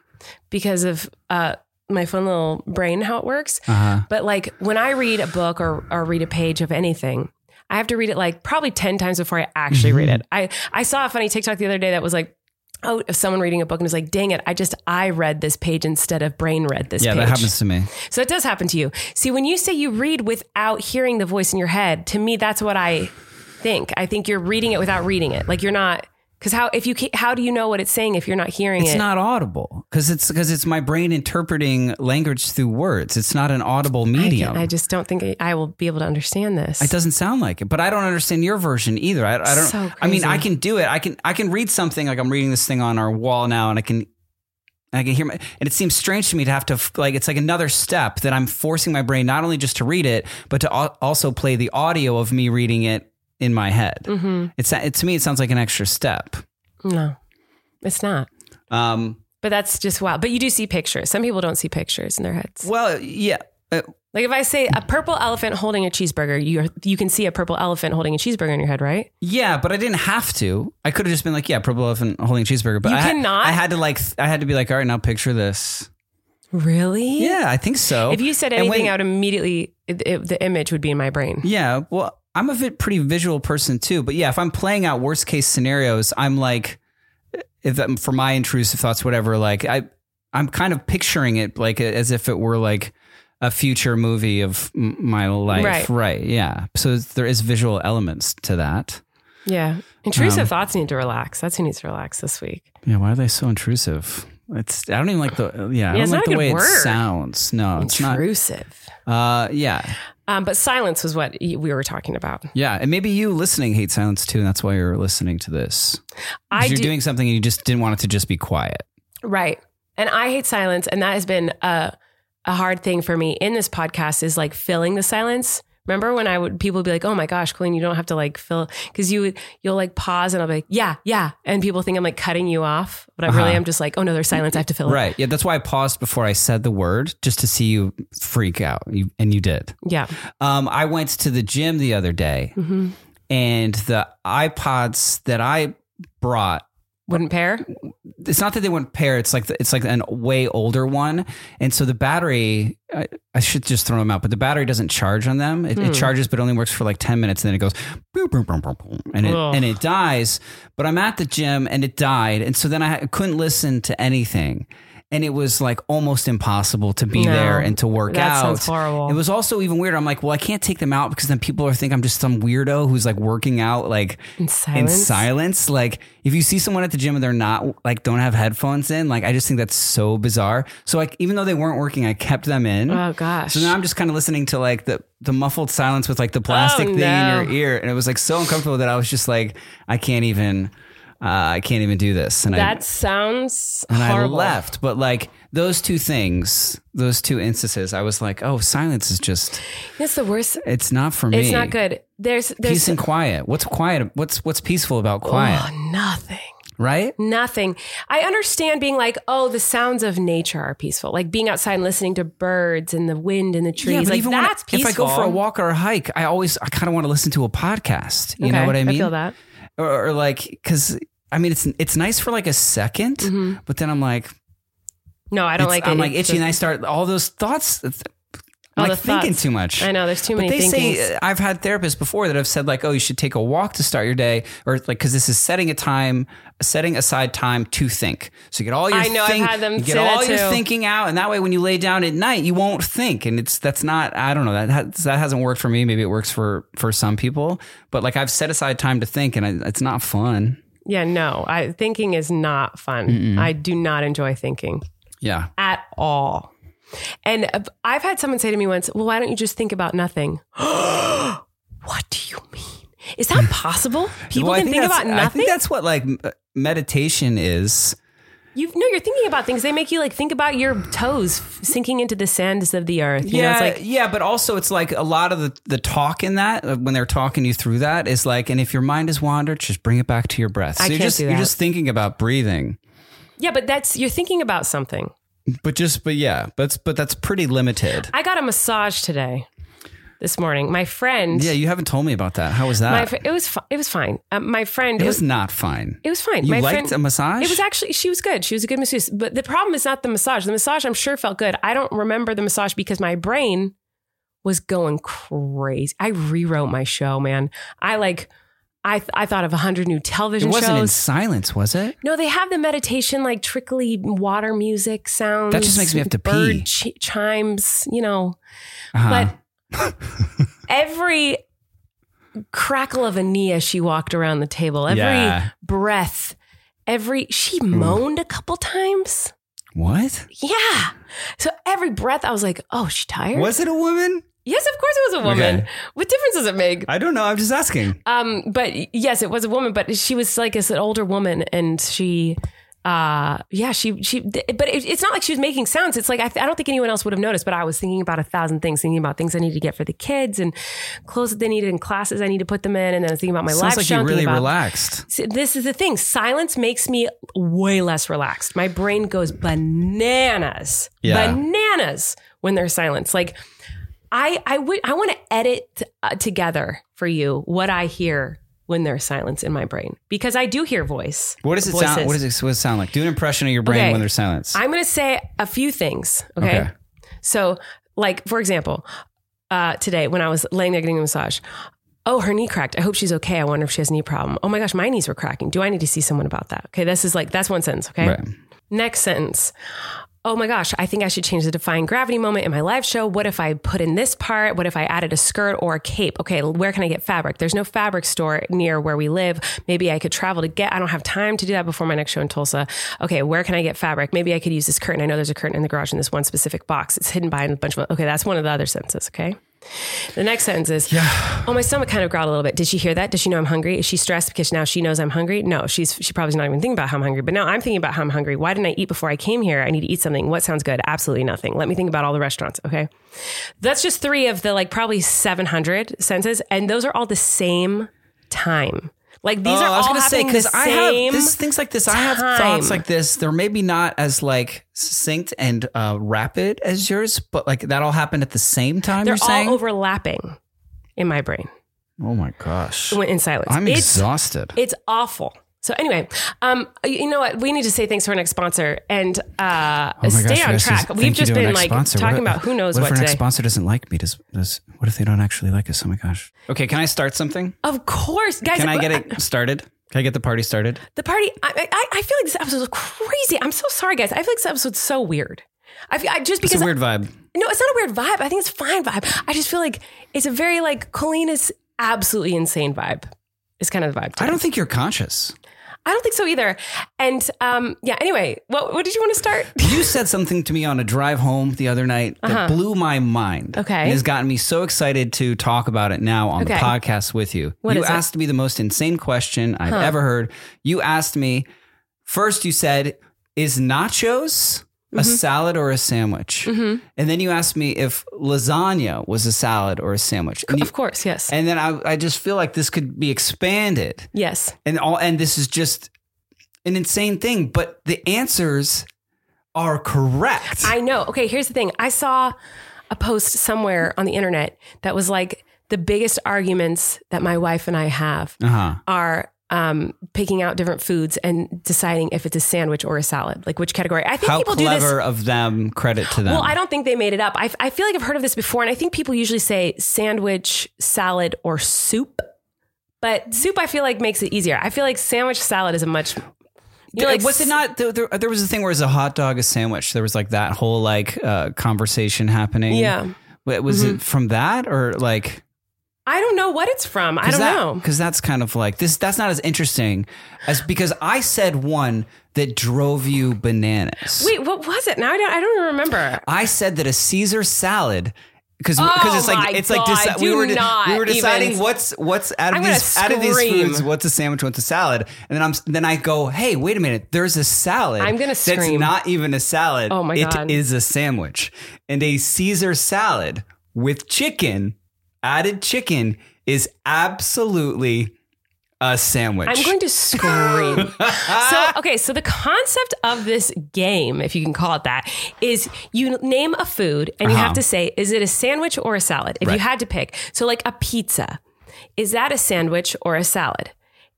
S2: because of uh, my fun little brain how it works.
S3: Uh-huh.
S2: But like when I read a book or or read a page of anything, I have to read it like probably ten times before I actually read it.
S3: Mm-hmm.
S2: I I saw a funny TikTok the other day that was like. Oh, someone reading a book and was like, "Dang it! I just I read this page instead of brain read this
S3: yeah,
S2: page."
S3: that happens to me.
S2: So it does happen to you. See, when you say you read without hearing the voice in your head, to me, that's what I think. I think you're reading it without reading it. Like you're not, because how if you ca- how do you know what it's saying if you're not hearing
S3: It's
S2: it?
S3: not audible because it's because it's my brain interpreting language through words. It's not an audible
S2: I,
S3: medium.
S2: can't- I just don't think I- I will be able to understand this.
S3: It doesn't sound like it, but I don't understand your version either. I, I don't.
S2: So
S3: I mean,
S2: crazy.
S3: I can do it. I can. I can read something like I'm reading this thing on our wall now, and I can. I can hear my, and it seems strange to me to have to f- like. It's like another step that I'm forcing my brain not only just to read it, but to al- also play the audio of me reading it in my head.
S2: Mhm.
S3: It's it, to me, it sounds like an extra step.
S2: no, it's not.
S3: Um,
S2: But that's just wild. But you do see pictures. Some people don't see pictures in their heads.
S3: well, yeah, uh,
S2: Like if I say a purple elephant holding a cheeseburger, you you can see a purple elephant holding a cheeseburger in your head, right?
S3: yeah, but I didn't have to. I could have just been like, yeah, purple elephant holding a cheeseburger. But
S2: You
S3: I had-
S2: cannot?
S3: I had to like. th- I had to be like, all right, now picture this.
S2: Really?
S3: Yeah, I think so.
S2: If you said
S3: And
S2: anything,
S3: when-
S2: I would immediately it, it, the image would be in my brain.
S3: yeah, well, I'm a bit pretty visual person too. But yeah, if I'm playing out worst case scenarios, I'm like, if I'm, for my intrusive thoughts, whatever, like I, I'm kind of picturing it like as if it were like a future movie of m- my life.
S2: Right.
S3: Yeah. So there is visual elements to that.
S2: Yeah. Intrusive
S3: Um,
S2: thoughts need to relax. That's who needs to relax this week.
S3: Yeah. Why are they so intrusive? It's I don't even like the yeah, I
S2: Yeah,
S3: don't
S2: it's not
S3: like
S2: a
S3: the
S2: good
S3: way
S2: word.
S3: it sounds. No, it's
S2: Intrusive.
S3: not. Uh, yeah,
S2: Um, but silence was what y- we were talking about.
S3: yeah, and maybe you listening hate silence too, and that's why you're listening to this.
S2: I
S3: you're
S2: do,
S3: doing something and you just didn't want it to just be quiet.
S2: right. And I hate silence. And that has been a, a hard thing for me in this podcast is like filling the silence. Remember when I would, people would be like, oh my gosh, Colleen, you don't have to like fill, cause you would, you'll like pause and I'll be like, yeah, yeah. And people think I'm like cutting you off, but I really am just like, oh no, there's silence. I have to fill
S3: Uh-huh. Right. Yeah, that's why I paused before I said the word just to see you freak out. You and you did.
S2: it. Yeah.
S3: Um, I went to the gym the other day
S2: hmm
S3: and the iPods that I brought
S2: Wouldn't pair. Oh,
S3: it's not that they wouldn't pair. It's like the, it's like an way older one, and so the battery. I, I should just throw them out, but the battery doesn't charge on them. It,
S2: Hmm.
S3: it charges, but only works for like ten minutes, and then it goes boom, boom, boom, boom, boom, and it
S2: Ugh.
S3: and it dies. But I'm at the gym, and it died, and so then I couldn't listen to anything, and it was like almost impossible to be
S2: No.
S3: there and to work
S2: That
S3: out.
S2: sounds horrible.
S3: It was also even weirder. I'm like, well, I can't take them out because then people are think I'm just some weirdo who's like working out like
S2: In silence.
S3: in silence. Like if you see someone at the gym and they're not like don't have headphones in, like I just think that's so bizarre. So like even though they weren't working, I kept them in.
S2: Oh gosh.
S3: so now I'm just kind of listening to like the the muffled silence with like the plastic
S2: Oh,
S3: thing
S2: no.
S3: in your ear, and it was like so uncomfortable that I was just like, I can't even, uh, I can't even do this, and
S2: That sounds
S3: I and
S2: horrible.
S3: I left. But like those two things, those two instances, I was like, oh, silence is just,
S2: It's the worst.
S3: it's not for me.
S2: It's not good. There's there's
S3: Peace and quiet. What's quiet? What's what's peaceful about quiet?
S2: oh, nothing.
S3: right?
S2: Nothing. I understand being like, oh, the sounds of nature are peaceful. Like being outside and listening to birds and the wind and the trees.
S3: but
S2: like
S3: even when I-
S2: that's peaceful.
S3: If I go for a walk or a hike, I always I kind of want to listen to a podcast. You know
S2: Okay,
S3: what I mean?
S2: I feel that.
S3: Or, or like because I mean it's it's nice for like a 2nd but then I'm like
S2: No, Mm-hmm. I don't
S3: it's-
S2: like it.
S3: I'm like
S2: It's
S3: itchy, and I start all those thoughts. I'm
S2: all
S3: like
S2: the
S3: thinking
S2: thoughts.
S3: too much.
S2: I know there's too
S3: But
S2: many
S3: they
S2: thinkings.
S3: say uh, I've had therapists before that have said like, oh, you should take a walk to start your day, or like because this is setting a time, setting aside time to think. So you get all your
S2: I know, I've
S3: think-
S2: had them
S3: you get
S2: say that
S3: all your
S2: too.
S3: thinking out, and that way when you lay down at night, you won't think. And it's that's not I don't know that has, that hasn't worked for me. Maybe it works for for some people, but like I've set aside time to think, and I, it's not fun.
S2: yeah, no. I thinking is not fun. I do not enjoy thinking
S3: Yeah,
S2: at all. And uh, I've had someone say to me once, "Well, why don't you just think about nothing?" what do you mean? Is that possible? People
S3: Well, I
S2: can think
S3: that's-
S2: about
S3: I
S2: nothing.
S3: think that's what like m- meditation is.
S2: You no, you're thinking about things. They make you like think about your toes f- sinking into the sands of the earth. You know,
S3: yeah,
S2: it's like
S3: yeah, but also it's like a lot of the, the talk in that uh, when they're talking you through that is like, and if your mind is wandered, just bring it back to your breath. So
S2: I
S3: you're
S2: can't
S3: just
S2: do
S3: you're
S2: that.
S3: just thinking about breathing,
S2: yeah, but that's you're thinking about something.
S3: but just but yeah, but it's- but that's pretty limited.
S2: I got a massage today, this morning. My friend,
S3: Yeah, you haven't told me about that. How was that?
S2: my fr- it was fi- it was fine. Uh, my friend,
S3: it was not fine.
S2: It was fine.
S3: You
S2: My
S3: liked
S2: friend-
S3: a massage?
S2: It was actually she was good. She was a good masseuse. But the problem is not the massage. The massage I'm sure felt good. I don't remember the massage because my brain was going crazy. I rewrote my show, man. I like I th- I thought of a hundred new
S3: It
S2: television
S3: wasn't in
S2: shows.
S3: silence, was it?
S2: no, they have the meditation like trickly water music sounds.
S3: That just makes me have to pee.
S2: bird chi- chimes, you know.
S3: Uh-huh.
S2: But every crackle of a knee as she walked around the table, every
S3: Yeah.
S2: breath, every she moaned a couple times.
S3: what
S2: Yeah. So every breath, I was like, "Oh, she tired."
S3: was it? A woman?
S2: yes, of course it was a woman.
S3: Okay.
S2: What difference does it make?
S3: I don't know. I'm just asking.
S2: Um, but yes, it was a woman, but she was like this older woman, and she, uh, yeah, she she. But it, it's not like she was making sounds. It's like I, I don't think anyone else would have noticed. But I was thinking about a thousand things, thinking about things I need to get for the kids and clothes that they needed and classes I need to put them in, and then I was thinking about my life.
S3: Sounds like
S2: show,
S3: you
S2: thinking
S3: really
S2: about-
S3: relaxed.
S2: See, This is the thing. Silence makes me way less relaxed. My brain goes bananas,
S3: Yeah.
S2: bananas when there's silence. Like I, I would, I want to edit uh, together for you what I hear when there's silence in my brain because I do hear voice.
S3: What does it sound?
S2: voices.
S3: What does it, what does it sound like? Do an impression of your brain
S2: Okay.
S3: when there's silence.
S2: I'm going to say a few things. Okay?
S3: Okay.
S2: So, like, for example, uh, today when I was laying there getting a massage, oh, her knee cracked. I hope she's okay. I wonder if she has a knee problem. Oh my gosh, my knees were cracking. Do I need to see someone about that? Okay. This is like, that's one sentence. Okay.
S3: Right.
S2: Next sentence. Oh my gosh, I think I should change the defying gravity moment in my live show. What if I put in this part? What if I added a skirt or a cape? Okay, where can I get fabric? There's no fabric store near where we live. Maybe I could travel to get, I don't have time to do that before my next show in Tulsa. Okay, where can I get fabric? Maybe I could use this curtain. I know there's a curtain in the garage in this one specific box. It's hidden behind a bunch of, okay, that's one of the other sentences, okay? The next sentence is, oh, my stomach kind of growled a little bit. Did she hear that? Does she know I'm hungry? Is she stressed because now she knows I'm hungry? No, she's she probably's not even thinking about how I'm hungry. But now I'm thinking about how I'm hungry. Why didn't I eat before I came here? I need to eat something. What sounds good? Absolutely nothing. Let me think about all the restaurants. Okay, that's just three of the like probably 700 sentences, and those are all the same time. Like these
S3: Oh,
S2: are
S3: I was
S2: all
S3: gonna say
S2: happening the
S3: I have
S2: same.
S3: this, things like this. I have
S2: time.
S3: thoughts like this. They're maybe not as like succinct and uh, rapid as yours, but like that all happened at the same time.
S2: They're
S3: you're
S2: all
S3: saying?
S2: overlapping in my brain
S3: oh my gosh,
S2: in silence.
S3: I'm
S2: It's-
S3: exhausted.
S2: It's awful. So anyway, um, you know what? We need to say thanks to our next sponsor and uh,
S3: Oh my
S2: stay
S3: gosh, you
S2: on
S3: guys
S2: track.
S3: just-
S2: We've
S3: thank
S2: just
S3: you to our
S2: been
S3: next
S2: like
S3: sponsor.
S2: talking
S3: What-
S2: about who knows
S3: what
S2: what,
S3: if our next
S2: today.
S3: sponsor doesn't like me? Does, does what if they don't actually like us? Oh my gosh. Okay, can I start something?
S2: Of course, guys.
S3: Can I get it started? Can I get the party started?
S2: The party. I, I, I feel like this episode is crazy. I'm so sorry, guys. I feel like this episode's so weird. I, feel, I just
S3: It's
S2: because
S3: a weird vibe.
S2: no, it's not a weird vibe. I think it's a fine vibe. I just feel like it's a very like Colleen is absolutely insane vibe. Is kind of the vibe.
S3: I
S2: today.
S3: don't think you're conscious.
S2: I don't think so either. And um, yeah. Anyway, what what did you want to start?
S3: You said something to me on a drive home the other night that blew my mind.
S2: Uh-huh. Okay.
S3: And has gotten me so excited to talk about it now on the
S2: Okay.
S3: podcast with you.
S2: What
S3: you
S2: is it?
S3: asked me the most insane question I've ever heard. You asked me, first, you said, is nachos
S2: Mm-hmm.
S3: a salad or a sandwich? And then you asked me if lasagna was a salad or a sandwich. And, you-
S2: of course, yes,
S3: and then I, I just feel like this could be expanded
S2: yes.
S3: and all and this is just an insane thing but the answers are correct
S2: I know. Okay, here's the thing. I saw a post somewhere on the internet that was like the biggest arguments that my wife and I have
S3: uh-huh
S2: are um, picking out different foods and deciding if it's a sandwich or a salad, like which category. I think
S3: how
S2: people do this.
S3: clever of them credit to them
S2: Well, I don't think they made it up. I, I feel like I've heard of this before, and I think people usually say sandwich, salad, or soup. But soup, I feel like makes it easier. I feel like sandwich salad is a much. You know, like
S3: was it not there, there, there was a thing where it was a hot dog a sandwich there was like that whole like uh, conversation happening
S2: Yeah. Mm-hmm.
S3: Wa- was it from that or like
S2: I don't know what it's from. I don't know.
S3: because that's kind of like this. That's not as interesting as because I said one that drove you bananas.
S2: Wait, what was it? Now I don't. I don't remember.
S3: I said that a Caesar salad because
S2: Oh
S3: it's
S2: my
S3: like it's like
S2: God,
S3: deci- we
S2: do
S3: were de-
S2: not
S3: we were deciding
S2: even-
S3: what's what's out
S2: I'm
S3: of
S2: gonna
S3: these out of these
S2: scream.
S3: foods what's a sandwich what's a salad and then I'm s- then I go hey wait a minute there's a salad
S2: I'm gonna scream.
S3: that's not even a salad
S2: Oh my
S3: It
S2: God.
S3: is a sandwich and a Caesar salad with chicken added chicken is absolutely a sandwich
S2: I'm going to scream. so, okay, so the concept of this game, if you can call it that, is you name a food and you
S3: Uh-huh.
S2: have to say, is it a sandwich or a salad? If you
S3: Right.
S2: had to pick. So, like a pizza, is that a sandwich or a salad?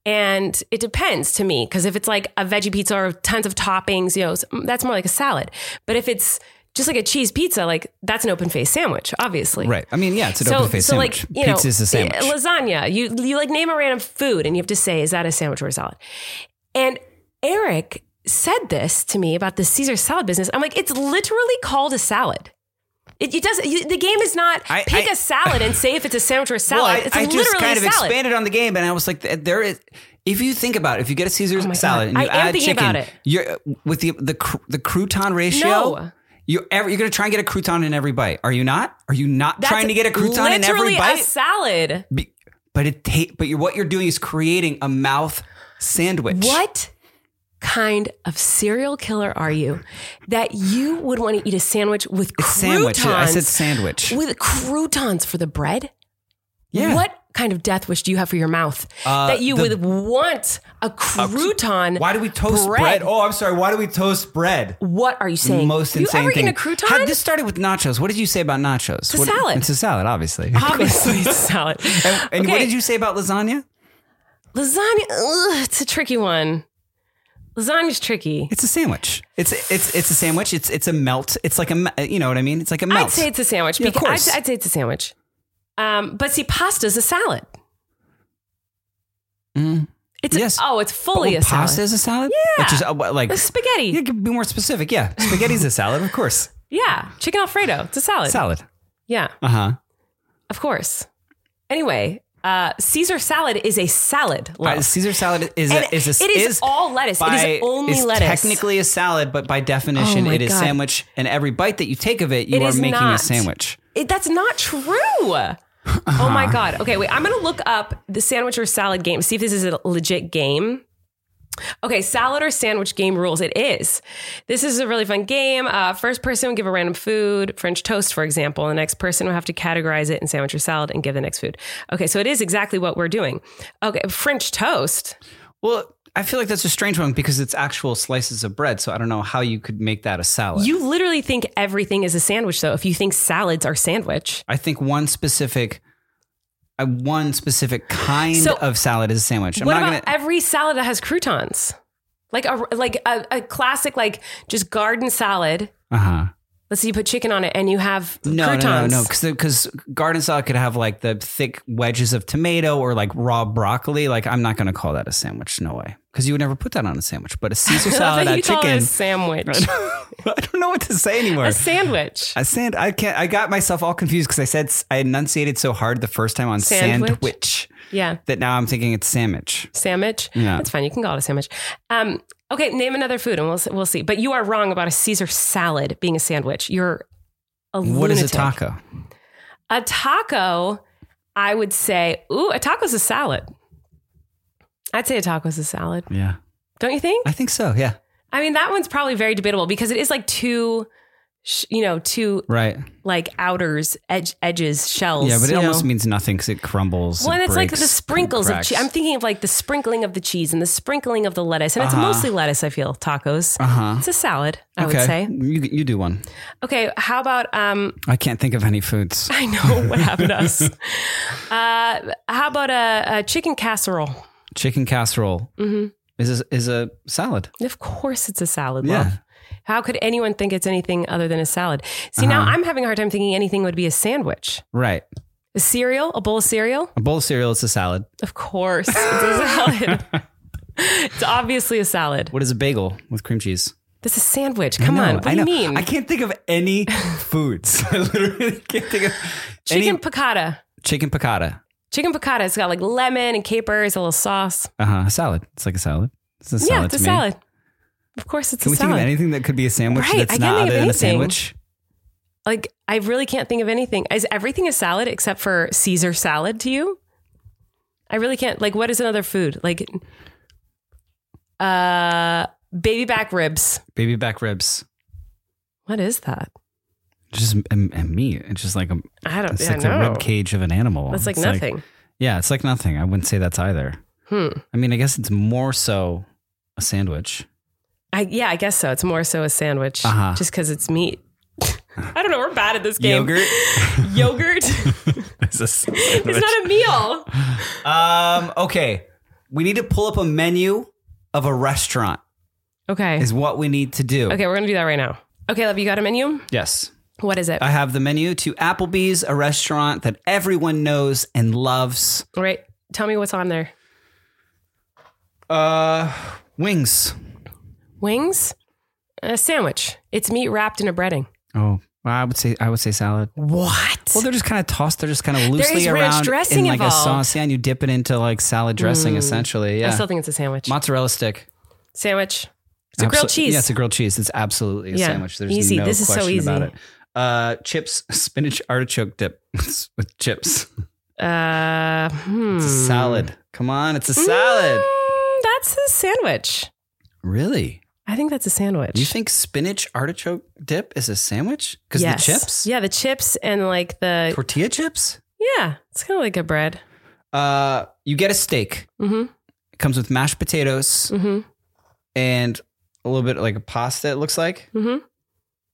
S2: And it depends to me, because if it's like a veggie pizza or tons of toppings, you know, s- that's more like a salad. But if it's just like a cheese pizza, like that's an open face sandwich, obviously.
S3: right I mean yeah it's an open faced sandwich
S2: you know,
S3: pizza is a sandwich
S2: eh, Lasagna. You you like name a random food and you have to say, is that a sandwich or a salad? And Eric said this to me about the Caesar salad business. I'm like, it's literally called a salad. It, it doesn't. You, the game is not
S3: I-
S2: pick a
S3: I-
S2: salad and say if it's a sandwich or a salad.
S3: Well, I,
S2: it's
S3: I
S2: literally
S3: just kind
S2: a
S3: of
S2: salad.
S3: expanded on the game, and I was like, th- there is. If you think about it, if you get a Caesar
S2: Oh my
S3: salad
S2: God.
S3: and you
S2: I am
S3: add
S2: thinking
S3: chicken,
S2: about it.
S3: you're with the the cr- the crouton ratio.
S2: No.
S3: You're, ever, you're going to try and get a crouton in every bite. Are you not? Are you not
S2: That's
S3: trying to get a crouton in every
S2: literally
S3: bite?
S2: A salad.
S3: Be- but it ta- but you're, what you're doing is creating a mouth sandwich.
S2: What kind of serial killer are you that you would want to eat a sandwich with
S3: It's
S2: croutons?
S3: sandwich. I said sandwich.
S2: with croutons for the bread.
S3: Yeah.
S2: What kind of death wish do you have for your mouth
S3: Uh,
S2: that you
S3: the-
S2: would want a crouton?
S3: Why do we toast bread? Oh, I'm sorry. Why do we toast bread?
S2: What are you saying?
S3: Most
S2: you
S3: insane
S2: ever
S3: thing.
S2: eaten a crouton?
S3: How- this started with nachos. What did you say about nachos? It's
S2: a salad.
S3: It's a salad, obviously.
S2: Obviously, it's salad.
S3: And, and what
S2: Okay.
S3: did you say about lasagna?
S2: Lasagna. Ugh, it's a tricky one. Lasagna's tricky.
S3: It's a sandwich. It's it's it's a sandwich. It's it's a melt. It's like a me- you know what I mean. It's like a melt.
S2: I'd say it's a sandwich.
S3: Yeah, of
S2: beca-
S3: course.
S2: I'd, I'd say it's a sandwich. Um, but see, pasta's a salad. It's a-
S3: Mm. Yes.
S2: oh, it's fully
S3: Well,
S2: a salad.
S3: pasta is a salad.
S2: Yeah.
S3: which is uh, what, like
S2: It's spaghetti.
S3: You could be more specific. Yeah, spaghetti's a salad, of course.
S2: yeah, chicken alfredo. It's a
S3: Salad.
S2: Yeah.
S3: Uh huh.
S2: Of course. Anyway, uh, Caesar salad is a salad. Love.
S3: Caesar salad is
S2: And
S3: a, is a,
S2: it is all lettuce. It is
S3: by-
S2: only
S3: is
S2: lettuce.
S3: Technically a salad, but by definition,
S2: Oh my
S3: it is
S2: God.
S3: sandwich. And every bite that you take of it, you
S2: It
S3: are
S2: is
S3: making
S2: not.
S3: a sandwich.
S2: It- that's not true. Oh my god. Okay, wait. I'm gonna look up the sandwich or salad game. See if this is a legit game. Okay, salad or sandwich game rules. It is. This is a really fun game. Uh, first person would give a random food, French toast, for example. And the next person would have to categorize it in sandwich or salad and give the next food. Okay, so it is exactly what we're doing. Okay, French toast.
S3: Well, I feel like that's a strange one because it's actual slices of bread. So I don't know how you could make that a salad.
S2: You literally think everything is a sandwich, though. If you think salads are sandwich,
S3: I think one specific, uh, one specific kind
S2: So,
S3: of salad is a sandwich. I'm
S2: what
S3: not
S2: about
S3: gonna.
S2: every salad that has croutons? Like a like a, a classic like just garden salad.
S3: Uh huh.
S2: Let's say you put chicken on it and you have
S3: No, no,
S2: e-, croutons.
S3: no, no, because because garden salad could have like the thick wedges of tomato or like raw broccoli. Like I'm not gonna call that a sandwich. No way, because you would never put that on a sandwich. But a Caesar
S2: I
S3: salad,
S2: thought
S3: a
S2: you call it
S3: chicken.
S2: a sandwich.
S3: I don't know what to say anymore.
S2: a sandwich.
S3: I sand. I can't. I got myself all confused because I said s- I enunciated so hard the first time on
S2: Sandwich?
S3: sandwich,
S2: Yeah,
S3: that now I'm thinking it's sandwich.
S2: sandwich.
S3: Yeah.
S2: That's fine. You can call it a sandwich. Um, okay, name another food and we'll s- we'll see. But you are wrong about a Caesar salad being a sandwich. You're a
S3: What is a
S2: lunatic.
S3: taco?
S2: A taco, I would say, ooh, a taco's a salad. I'd say a taco's a salad.
S3: Yeah,
S2: Don't you think?
S3: I think so. Yeah,
S2: I mean, that one's probably very debatable because it is like two, sh- you know, two
S3: right.
S2: like outers, edge, edges, shells.
S3: Yeah, but it
S2: you
S3: almost
S2: know?
S3: means nothing because it crumbles.
S2: Well, and
S3: it
S2: it's like the
S3: breaks, it
S2: sprinkles of
S3: cracks.
S2: cheese. I'm thinking of like the sprinkling of the cheese and the sprinkling of the lettuce. And it's mostly lettuce, I feel, tacos.
S3: Uh-huh.
S2: It's a salad, I
S3: okay.
S2: would say.
S3: You, you do one.
S2: Okay, how about um
S3: I can't think of any foods.
S2: I know what happened to us. Uh how about a, a chicken casserole?
S3: Chicken casserole
S2: Mm-hmm.
S3: is, a, is a salad.
S2: Of course, it's a salad.
S3: Yeah.
S2: Love. How could anyone think it's anything other than a salad? See, now
S3: Uh-huh.
S2: I'm having a hard time thinking anything would be a sandwich.
S3: Right.
S2: A cereal, a bowl of cereal?
S3: A bowl of cereal is a salad.
S2: Of course, it's a salad. it's obviously a salad.
S3: What is a bagel with cream cheese?
S2: That's a sandwich.
S3: I
S2: Come
S3: know,
S2: on. What
S3: I
S2: do you
S3: know.
S2: mean?
S3: I can't think of any foods. I literally can't think of
S2: Chicken
S3: any
S2: piccata.
S3: chicken piccata.
S2: Chicken piccata. It's got like lemon and capers, a little sauce.
S3: Uh huh. Salad. It's like a salad. It's a salad.
S2: yeah, it's a
S3: to me.
S2: salad. Of course, it's
S3: Can
S2: a
S3: we
S2: salad.
S3: think of anything that could be a sandwich
S2: Right, I
S3: that's
S2: can't
S3: not
S2: think of
S3: other than a
S2: anything.
S3: sandwich?
S2: Like I really can't think of anything. Is everything a salad except for Caesar salad to you? I really can't. Like, what is another food? Like, uh, baby back ribs.
S3: Baby back ribs.
S2: What is that?
S3: Just and, and meat. It's just like a
S2: I don't.
S3: it's
S2: I
S3: like the
S2: know.
S3: rib cage of an animal.
S2: That's like
S3: It's
S2: nothing.
S3: yeah, it's like nothing. I wouldn't say that's either.
S2: hmm.
S3: I mean, I guess it's more so a sandwich.
S2: I yeah, I guess so. It's more so a sandwich,
S3: Uh-huh.
S2: just because it's meat. I don't know. We're bad at this game.
S3: Yogurt.
S2: Yogurt.
S3: it's a sandwich.
S2: it's not a meal.
S3: Um, okay. We need to pull up a menu of a restaurant
S2: Okay.
S3: is what we need to do.
S2: Okay, we're gonna do that right now. Okay, love, you got a menu?
S3: Yes.
S2: What is it?
S3: I have the menu to Applebee's, a restaurant that everyone knows and loves.
S2: All right. Tell me what's on there.
S3: Uh wings.
S2: Wings? A sandwich. It's meat wrapped in a breading.
S3: Oh, I would say I would say salad.
S2: What?
S3: Well, they're just kind of tossed. They're just kind of loosely
S2: is ranch
S3: around
S2: dressing
S3: in like
S2: involved. Mm.
S3: a sauce, yeah, and you dip it into like salad dressing, essentially.
S2: I
S3: Yeah,
S2: still think it's a sandwich.
S3: mozzarella stick.
S2: sandwich. It's a grilled
S3: Absol-
S2: cheese.
S3: Yeah, it's a grilled cheese. It's absolutely a
S2: Yeah,
S3: sandwich. There's
S2: easy.
S3: no
S2: This is so
S3: question about
S2: easy.
S3: it. Uh, chips, spinach artichoke dip with chips.
S2: uh, hmm.
S3: It's a salad. Come on, it's a salad.
S2: Mm, that's a sandwich.
S3: Really?
S2: I think that's a sandwich.
S3: You think spinach artichoke dip is a sandwich? Because
S2: Yes.
S3: the chips,
S2: Yeah, the chips and like the
S3: tortilla chips.
S2: yeah, it's kind of like a bread.
S3: Uh, you get a steak.
S2: Mm-hmm.
S3: It comes with mashed potatoes
S2: Mm-hmm.
S3: and a little bit like a pasta. It looks like.
S2: Mm-hmm.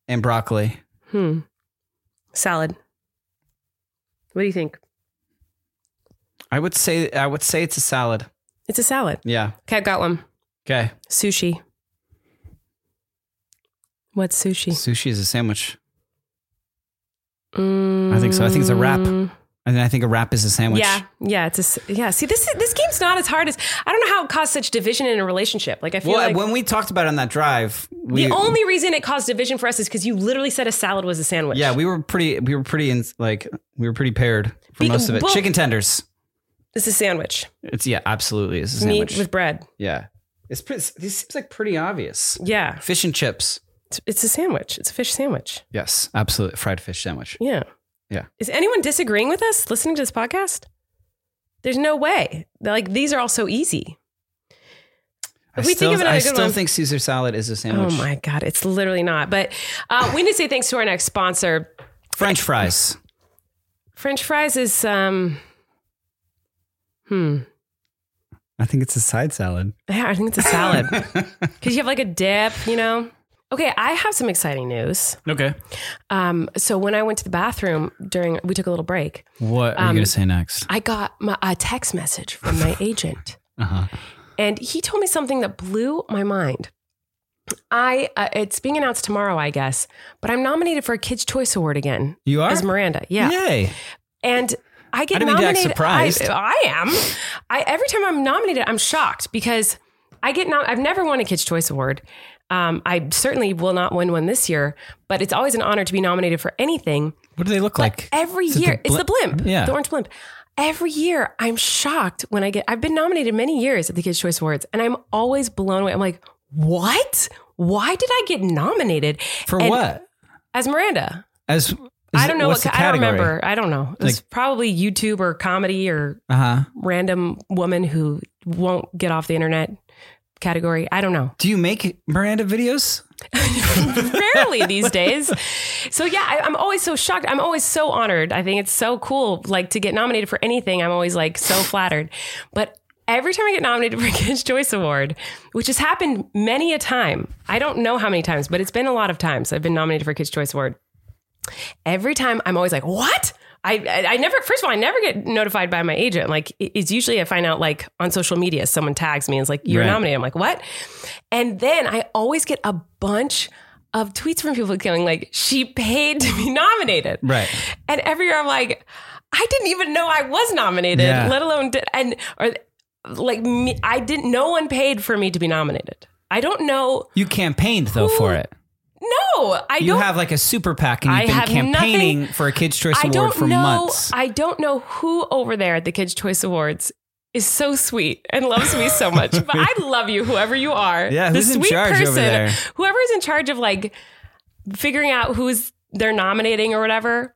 S3: and broccoli.
S2: Hmm. Salad. What do you think?
S3: I would say I would say it's a salad.
S2: It's a salad.
S3: Yeah.
S2: Okay, I've got one.
S3: Okay.
S2: Sushi. What's sushi?
S3: Sushi is a sandwich.
S2: Mm.
S3: I think so. I think it's a wrap. And I think a wrap is a sandwich.
S2: Yeah, yeah, it's a, s- yeah. See, this is, this game's not as hard as I don't know how it caused such division in a relationship. Like I feel
S3: Well,
S2: like
S3: when we talked about it on that drive, we
S2: the only reason it caused division for us is because you literally said a salad was a sandwich.
S3: yeah we were pretty we were pretty in, like we were pretty paired for
S2: Be-
S3: most of it.
S2: well-
S3: Chicken tenders.
S2: it's a sandwich.
S3: It's yeah, absolutely, it's a sandwich.
S2: Meat with bread.
S3: yeah, it's pretty. This seems like pretty obvious.
S2: Yeah,
S3: Fish and chips.
S2: It's- it's a sandwich. It's a fish sandwich.
S3: Yes, absolutely. Fried fish sandwich.
S2: Yeah.
S3: Yeah.
S2: Is anyone disagreeing with us listening to this podcast? There's no way. They're Like these are all so easy.
S3: I
S2: We think
S3: still,
S2: of another
S3: I
S2: good
S3: still
S2: one.
S3: think Caesar salad is a
S2: Oh
S3: sandwich.
S2: my god, it's literally not. But uh, we need to say thanks to our next sponsor.
S3: French fries.
S2: French fries is um. Hmm.
S3: I think it's a side salad.
S2: Yeah, I think it's a salad because you have like a dip, you know. Okay, I have some exciting news.
S3: Okay.
S2: Um, so when I went to the bathroom during, we took a little break.
S3: What are
S2: Um,
S3: you gonna say next?
S2: I got my, a text message from my agent.
S3: Uh-huh.
S2: and he told me something that blew my mind. I uh, it's being announced tomorrow, I guess, but I'm nominated for a Kids Choice Award again
S3: You are
S2: as Miranda. Yeah,
S3: Yay.
S2: and I get
S3: I didn't mean to act
S2: nominated.
S3: surprised.
S2: I, I am. I every time I'm nominated, I'm shocked because I get nom- I've never won a Kids Choice Award. Um, I certainly will not win one this year, but it's always an honor to be nominated for anything.
S3: What do they look like?
S2: Every
S3: it the
S2: year, it's
S3: blimp?
S2: the blimp,
S3: Yeah.
S2: the orange blimp. Every year, I'm shocked when I get. I've been nominated many years at the Kids Choice Awards, and I'm always blown away. I'm like, what? Why did I get nominated
S3: For
S2: And-
S3: what?
S2: as Miranda?
S3: As is
S2: I
S3: it-
S2: don't know.
S3: what's
S2: What,
S3: the
S2: I don't
S3: category?
S2: remember. I don't know. It's
S3: Like-
S2: probably YouTube or comedy or
S3: Uh huh.
S2: random woman who won't get off the internet category. I don't know.
S3: Do you make Miranda videos?
S2: rarely these days. So yeah, I, I'm always so shocked. I'm always so honored. I think it's so cool, like to get nominated for anything. I'm always like so flattered. But every time I get nominated for a Kids Choice Award, which has happened many a time, I don't know how many times, but it's been a lot of times I've been nominated for a Kids Choice Award. Every time I'm always like, what? I, I, I never, first of all, I never get notified by my agent. Like, it- it's usually I find out like on social media, someone tags me and is like, you're
S3: Right.
S2: nominated. I'm like, what? And then I always get a bunch of tweets from people going like, she paid to be nominated.
S3: Right.
S2: And every year I'm like, I didn't even know I was nominated,
S3: Yeah.
S2: let alone did, and or like me, I didn't. No one paid for me to be nominated. I don't know.
S3: You campaigned though
S2: Who-
S3: for it.
S2: No, I
S3: You
S2: don't.
S3: have like a super pack, and you've
S2: I
S3: been
S2: have
S3: campaigning
S2: nothing-
S3: for a Kids Choice
S2: I
S3: Award
S2: don't
S3: for
S2: know.
S3: months.
S2: I don't know who over there at the Kids Choice Awards is so sweet and loves me so much. but I love you, whoever you are.
S3: Yeah,
S2: the
S3: who's in
S2: sweet
S3: charge over
S2: person,
S3: there?
S2: whoever is in charge of like figuring out who's they're nominating or whatever.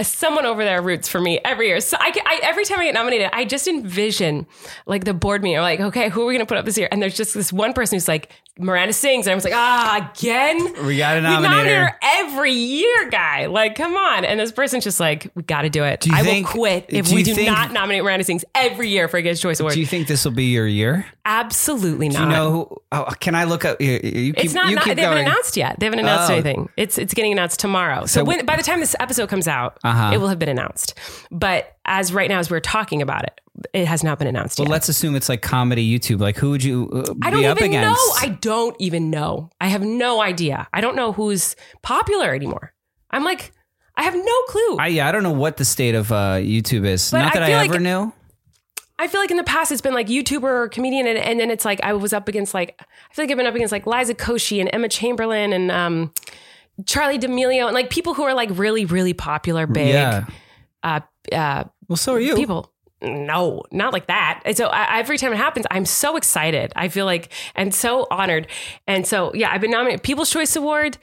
S2: Someone over there roots for me every year. So I, ca- I every time I get nominated, I just envision like the board meeting. Like, okay, who are we going to put up this year? And there's just this one person who's like Miranda sings, and I was like, ah, again.
S3: we got a
S2: We nominate
S3: nominator.
S2: her every year, guy. Like, come on. And this person's just like, we got to do it.
S3: Do you
S2: I
S3: think-
S2: will quit if
S3: do
S2: we
S3: you
S2: do
S3: think-
S2: not nominate Miranda Sings every year for a Kids' Choice Award.
S3: Do you think this will be your year?
S2: Absolutely not.
S3: Do you know? Who, oh, can I look up? You, you keep,
S2: Uh, it's not,
S3: You
S2: not-
S3: keep
S2: they
S3: going.
S2: haven't announced yet. They haven't announced
S3: Oh.
S2: anything. It's it's getting announced tomorrow. So,
S3: So-
S2: when by the time this episode comes out,
S3: Uh-huh.
S2: it will have been announced. But as right now as we're talking about it, it has not been announced
S3: Well,
S2: yet.
S3: let's assume it's like comedy YouTube. Like, who would you uh,
S2: I don't
S3: be up
S2: even
S3: against?
S2: know. I don't even know. I have no idea. I don't know who's popular anymore. I'm like, I have no clue.
S3: I, yeah, I don't know what the state of uh, YouTube is.
S2: But
S3: Not
S2: I
S3: that I,
S2: feel like-
S3: ever knew.
S2: I feel like in the past it's been like YouTuber or comedian, and, and then it's like I was up against like I feel like I've been up against like Liza Koshy and Emma Chamberlain and um, Charlie D'Amelio and like people who are like really really popular, big
S3: Yeah.
S2: uh, uh,
S3: Well, so are you.
S2: people. No, not like that. And so I, every time it happens, I'm so excited. I feel like and so honored. And so yeah, I've been nominated People's Choice Award.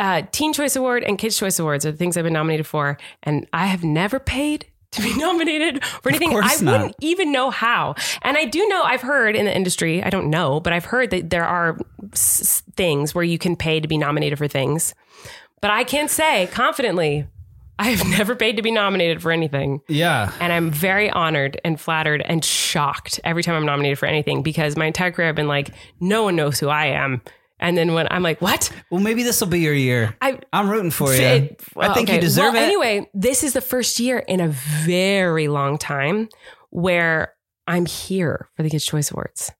S2: Uh, Teen Choice Award and Kids Choice Awards are the things I've been nominated for, and I have never paid to be nominated for anything. I
S3: course
S2: wouldn't
S3: not.
S2: even know how. And I do know I've heard in the industry. I don't know, but I've heard that there are s- s- things where you can pay to be nominated for things. But I can say confidently, I have never paid to be nominated for anything.
S3: Yeah.
S2: And I'm very honored and flattered and shocked every time I'm nominated for anything because my entire career I've been like, no one knows who I am. And then when I'm like, what?
S3: Well, maybe this will be your year.
S2: I-
S3: am rooting for you.
S2: Fit-
S3: Oh, I
S2: well,
S3: think you
S2: okay.
S3: deserve
S2: Well,
S3: it.
S2: Anyway, this is the first year in a very long time where I'm here for the Kids' Choice Awards.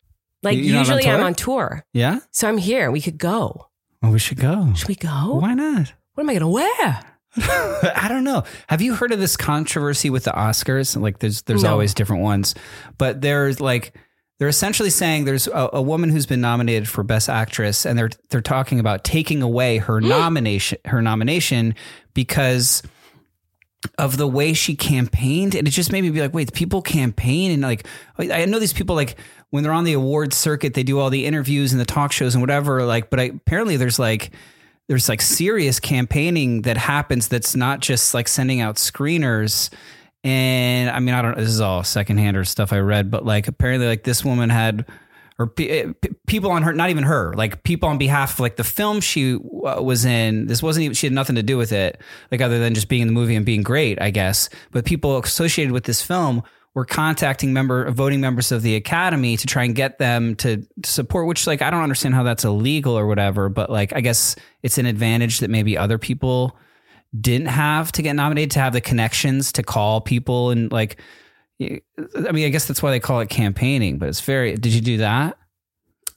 S2: Like,
S3: You're not on
S2: usually I'm
S3: tour?
S2: on tour.
S3: Yeah.
S2: So I'm here. We could go.
S3: Well, we should go.
S2: Should we go?
S3: Why not?
S2: What am I going to wear?
S3: I don't know. Have you heard of this controversy with the Oscars? Like, there's there's
S2: No.
S3: always different ones, but there's like they're essentially saying there's a, a woman who's been nominated for Best Actress, and they're they're talking about taking away her nomination her nomination because of the way she campaigned, and it just made me be like, wait, people campaign, and like I I know these people like when they're on the awards circuit, they do all the interviews and the talk shows and whatever. Like, but I, apparently there's like there's like serious campaigning that happens that's not just like sending out screeners and i mean i don't this is all secondhand or stuff i read but like apparently like this woman had or pe- eh, pe- people on her not even her like people on behalf of like the film she uh, was in this wasn't even she had nothing to do with it like other than just being in the movie and being great i guess but people associated with this film were contacting member voting members of the academy to try and get them to support which like i don't understand how that's illegal or whatever but like i guess it's an advantage that maybe other people didn't have to get nominated to have the connections to call people and like y- i mean i guess that's why they call it campaigning but it's very did you do that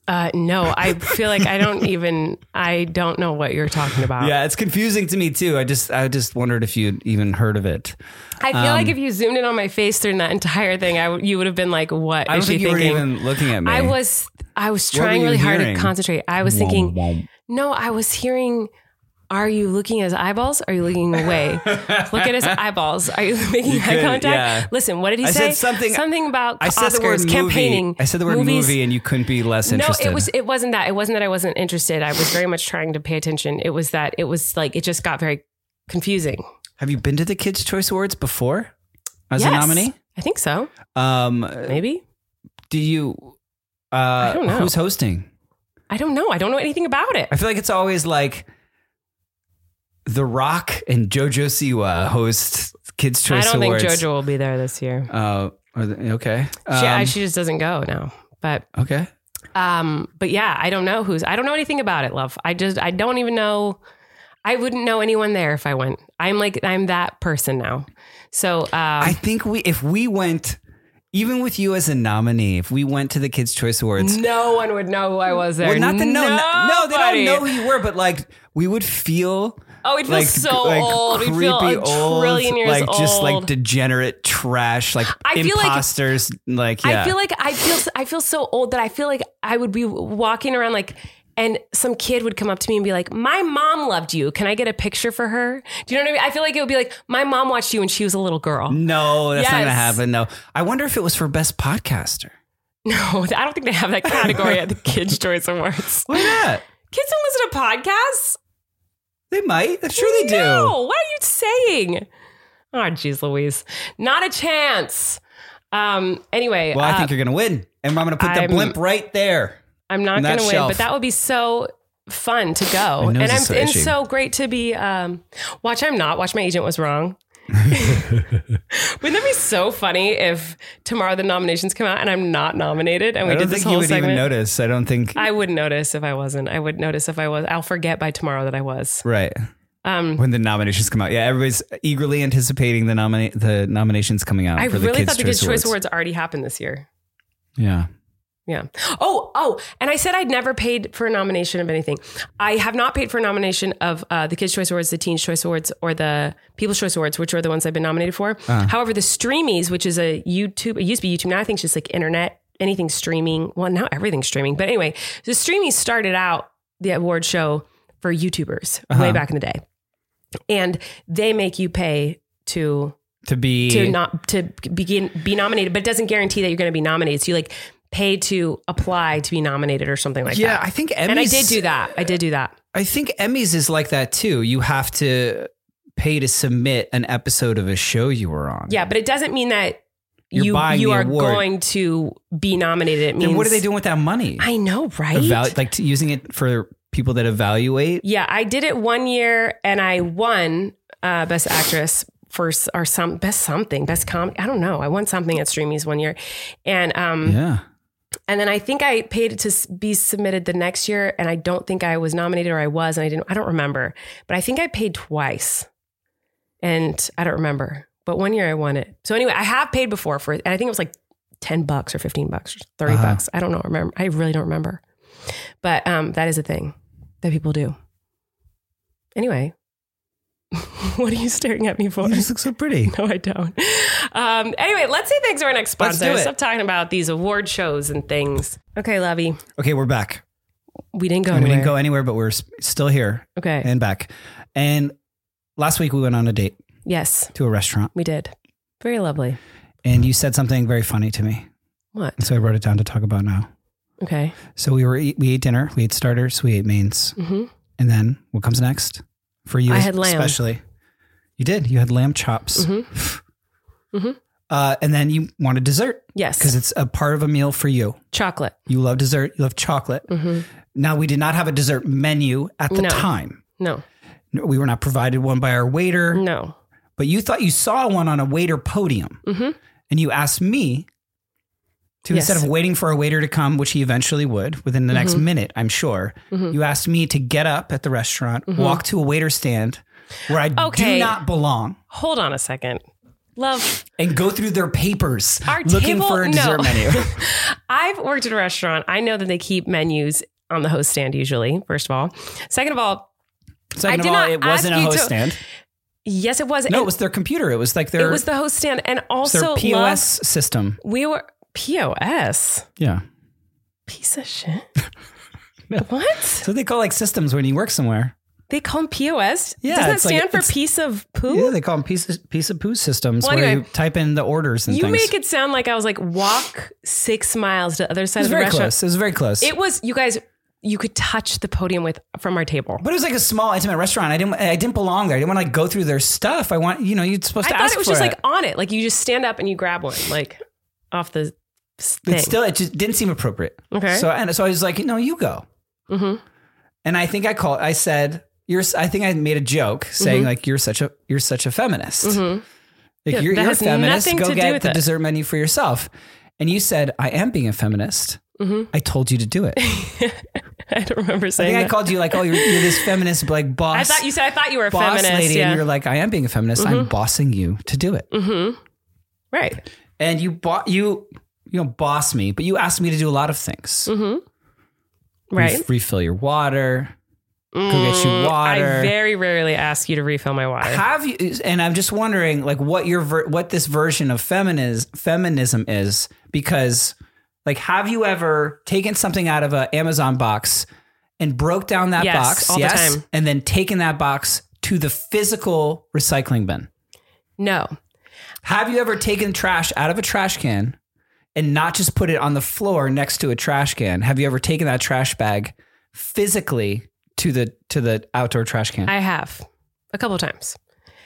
S2: Uh, no, I feel like I don't even, I don't know what you're talking about.
S3: yeah it's confusing to me too i just i just wondered if you'd even heard of it
S2: I feel
S3: Um,
S2: like if you zoomed in on my face during that entire thing, I w- you would have been like, "What is
S3: i don't
S2: she
S3: think you
S2: thinking?"
S3: were even looking at me
S2: I was, I was
S3: What were
S2: trying
S3: you
S2: really hard
S3: hearing?
S2: to concentrate. I was thinking,
S3: Womp, womp.
S2: no, I was hearing. Are you looking at his eyeballs? Are you looking away? Look at his eyeballs. Are you making eye
S3: could,
S2: contact?
S3: yeah.
S2: Listen, what did he
S3: I
S2: say?
S3: said something-
S2: Something about
S3: i said
S2: Oscars
S3: the word
S2: campaigning.
S3: movie i said the word
S2: movies.
S3: movie and you couldn't be less interested
S2: No, it was it wasn't that. It wasn't that I wasn't interested. I was very much trying to pay attention. It was that it was like it just got very confusing.
S3: have you been to the kids choice awards before as a
S2: Yes.
S3: nominee
S2: I think so.
S3: um
S2: Maybe.
S3: do you uh
S2: don't know.
S3: who's hosting
S2: I don't know. I don't know anything about it.
S3: I feel like it's always like The Rock and JoJo Siwa host Kids
S2: I
S3: Choice
S2: don't think
S3: Awards.
S2: JoJo will be there this year.
S3: Uh, are they- okay.
S2: she, I,
S3: Um,
S2: she just doesn't go now. But
S3: okay.
S2: um, but yeah, I don't know who's. I don't know anything about it, love. I just I don't even know. I wouldn't know anyone there if I went. I'm like I'm that person now. So uh,
S3: I think we if we went, even with you as a nominee, if we went to the Kids Choice Awards.
S2: no one would know who I was there.
S3: Well, not to know. No, no, they
S2: Nobody.
S3: don't know who you were, but like we would feel
S2: Oh, we'd feel
S3: like
S2: so
S3: like
S2: old. We'd
S3: Creepy
S2: feel a
S3: old,
S2: trillion years
S3: like just like
S2: old.
S3: degenerate trash, like
S2: I feel like-
S3: imposters. Like, yeah,
S2: I feel like I feel I feel so old that I feel like I would be walking around like And some kid would come up to me and be like, My mom loved you. Can I get a picture for her? Do you know what I mean? I feel like it would be like, My mom watched you when she was a little girl.
S3: No, that's not gonna
S2: Yes.
S3: happen. No, I wonder if it was for best podcaster.
S2: No, I don't think they have that category at the Kids' Choice Awards.
S3: Why not?
S2: Kids don't listen to podcasts.
S3: They might. I'm sure they
S2: No, what are you saying? Oh, jeez, Louise, not a chance. Um. Anyway,
S3: do. Well, I
S2: uh,
S3: think you're gonna win, and I'm gonna put the
S2: I'm-
S3: blimp right there.
S2: I'm not
S3: that
S2: going to win,
S3: shelf.
S2: but that would be so fun to go.
S3: My nose
S2: And I'm
S3: is so
S2: and
S3: itchy.
S2: so great to be. Um, watch, I'm not. Watch, my agent was wrong. Wouldn't that be so funny if tomorrow the nominations come out and I'm not nominated and we
S3: I don't
S2: did this
S3: think you
S2: whole
S3: would
S2: segment?
S3: even notice. I don't think.
S2: I would notice if I wasn't. I would notice if I was. I'll forget by tomorrow that I was.
S3: right.
S2: Um,
S3: When the nominations come out, yeah, everybody's eagerly anticipating the nomina- the nominations coming out.
S2: I
S3: for
S2: really
S3: the Kids
S2: thought the Kids' Choice
S3: Awards.
S2: Awards already happened this year.
S3: Yeah.
S2: Yeah. Oh, oh, and I said I'd never paid for a nomination of anything. I have not paid for a nomination of uh, the Kids' Choice Awards, the Teens' Choice Awards, or the People's Choice Awards, which are the ones I've been nominated for. However, the Streamies, which is a YouTube, it used to be YouTube, now I think it's just like internet, anything streaming. Well, now everything's streaming. But anyway, the Streamies started out the award show for YouTubers way back in the day. And they make you pay to
S3: To be
S2: to not to begin be nominated, but it doesn't guarantee that you're going to be nominated. So you like pay to apply to be nominated or something like
S3: yeah,
S2: that.
S3: I think Emmys.
S2: and I did do that. I did do that.
S3: I think Emmys is like that too. You have to pay to submit an episode of a show you were on.
S2: Yeah, but it doesn't mean that
S3: You're
S2: you
S3: buying
S2: you
S3: the
S2: are
S3: award.
S2: going to be nominated. It means
S3: Then what are they doing with that money?
S2: I know, right?
S3: Evalu- like to using it for people that evaluate.
S2: yeah, I did it one year and I won uh, best actress for s- or some best something best com. I don't know. I won something at Streamies one year, and um,
S3: Yeah.
S2: And then I think I paid to s- be submitted the next year, and I don't think I was nominated or I was, and I didn't. I don't remember, but I think I paid twice, and I don't remember. But one year I won it. So anyway, I have paid before for it, and I think it was like ten bucks or fifteen bucks or 30
S3: Uh-huh.
S2: bucks. I don't know. Remember? I really don't remember. But um, that is a thing that people do. Anyway, what are you staring at me for?
S3: You Oh, just look so pretty.
S2: No, I don't. Um, anyway, let's say thanks to our next
S3: Let's
S2: sponsor.
S3: do it.
S2: Stop talking about these award shows and things. Okay, Lovey,
S3: Okay, we're back.
S2: we didn't go
S3: And we
S2: anywhere.
S3: didn't go anywhere, but we're s- still here
S2: okay.
S3: and back. And last week we went on a date
S2: yes,
S3: to a restaurant,
S2: we did. Very lovely.
S3: and you said something very funny to me,
S2: What?
S3: and so I wrote it down to talk about now.
S2: Okay.
S3: So we were eat, we ate dinner, we ate starters, we ate mains,
S2: hmm
S3: and then what comes next for you?
S2: I had lamb.
S3: especially. You did. You had lamb chops,
S2: Mhm. Mhm.
S3: Uh, and then you wanted dessert because
S2: Yes.
S3: it's a part of a meal for you.
S2: Chocolate.
S3: You love dessert. You love chocolate.
S2: Mhm.
S3: Now we did not have a dessert menu at the
S2: No.
S3: time.
S2: No.
S3: No, We were not provided one by our waiter,
S2: No.
S3: but you thought you saw one on a waiter podium,
S2: Mhm.
S3: and you asked me to
S2: Yes. Mm-hmm.
S3: instead of waiting for a waiter to come, which he eventually would within the next minute, I'm sure. You asked me to get up at the restaurant, walk to a waiter stand where I
S2: Mm-hmm. Okay.
S3: do not belong,
S2: Hold on a second. Love,
S3: and go through their papers
S2: Our
S3: looking
S2: table-
S3: for a dessert
S2: no.
S3: menu.
S2: I've worked at a restaurant. I know that they keep menus on the host stand usually, first of all. Second of all,
S3: Second
S2: did
S3: of all,
S2: not
S3: it wasn't a
S2: ask you
S3: host
S2: to-
S3: stand.
S2: yes, it was.
S3: No,
S2: and
S3: it was their computer. It was like
S2: it
S3: their
S2: was the host stand. And
S3: it's their
S2: also,
S3: POS
S2: love,
S3: system.
S2: we were POS.
S3: Yeah.
S2: Piece of shit. What?
S3: So they call like systems when you work somewhere.
S2: They call them POS?
S3: Yeah,
S2: Does that
S3: it's like-
S2: stand for
S3: it's-
S2: piece of
S3: Yeah,
S2: poo?
S3: they call them piece of, piece of poo systems
S2: Well,
S3: where
S2: anyway.
S3: you type in the orders and
S2: you
S3: things.
S2: make it sound like I was like, walk six miles to the other
S3: it
S2: side
S3: was
S2: of the
S3: very
S2: restaurant.
S3: close. It was very close.
S2: It was, you guys, you could touch the podium with from our table.
S3: but it was like a small intimate restaurant. I didn't I didn't belong there. I didn't want to like go through their stuff. I want you know you're supposed
S2: I
S3: to
S2: thought
S3: ask
S2: it was
S3: for
S2: just
S3: it.
S2: like on it. Like you just stand up and you grab one, like off the s- thing.
S3: It's still it just didn't seem appropriate.
S2: Okay.
S3: So and so I was like, no, you go.
S2: Mhm.
S3: And I think I called. I said, "You're." s- I think I made a joke saying like, "You're such a you're such a feminist. Like
S2: Mm-hmm. Yeah,
S3: you're,
S2: that
S3: you're a
S2: has
S3: feminist.
S2: nothing to
S3: Go
S2: do with
S3: get the
S2: it."
S3: dessert menu for yourself." And you said, "I am being a feminist.
S2: Mm-hmm.
S3: I told you to do it." I
S2: I don't remember saying
S3: think I
S2: that.
S3: called you like, "Oh, you're, you're this feminist like boss."
S2: I thought you said, I thought you were a
S3: boss
S2: feminist.
S3: lady,
S2: yeah. Mm-hmm.
S3: and you're like, "I am being a feminist. I'm bossing you to do it."
S2: right.
S3: And you bought you you don't boss me, but you asked me to do a lot of things.
S2: Mm-hmm. Right. Mm,
S3: Ref- refill your water. go get you water.
S2: I very rarely ask you to refill my water.
S3: have you and i'm just wondering like what your ver- what this version of feminism feminism is because like have you ever taken something out of an amazon box and broke down that
S2: Yes,
S3: box,
S2: all the
S3: yes,
S2: time.
S3: and then taken that box to the physical recycling bin.
S2: No.
S3: Have you ever taken trash out of a trash can and not just put it on the floor next to a trash can? Have you ever taken that trash bag physically to the to the outdoor trash can?
S2: I have a couple of times.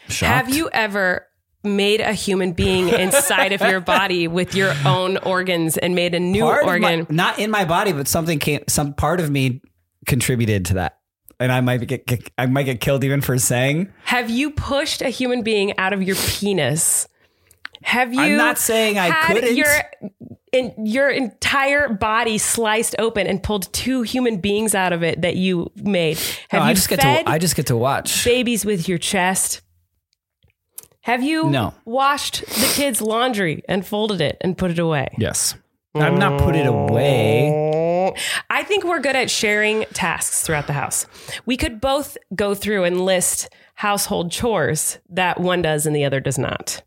S3: Shocked.
S2: Have you ever made a human being inside of your body with your own organs and made a new
S3: Part of my-
S2: organ?
S3: not in my body, but something came. Some part of me contributed to that, and I might get, get I might get killed even for saying.
S2: Have you pushed a human being out of your penis? Have you?
S3: I'm not saying I
S2: had
S3: couldn't.
S2: Your, in, your entire body sliced open and pulled two human beings out of it that you made. Have
S3: No,
S2: you
S3: "Oh, I just
S2: fed
S3: get to I just get to watch.
S2: babies with your chest? Have you
S3: No.
S2: washed the kids' laundry and folded it and put it away?
S3: yes, I'm not put it away.
S2: Mm. I think we're good at sharing tasks throughout the house. We could both go through and list household chores that one does and the other does not,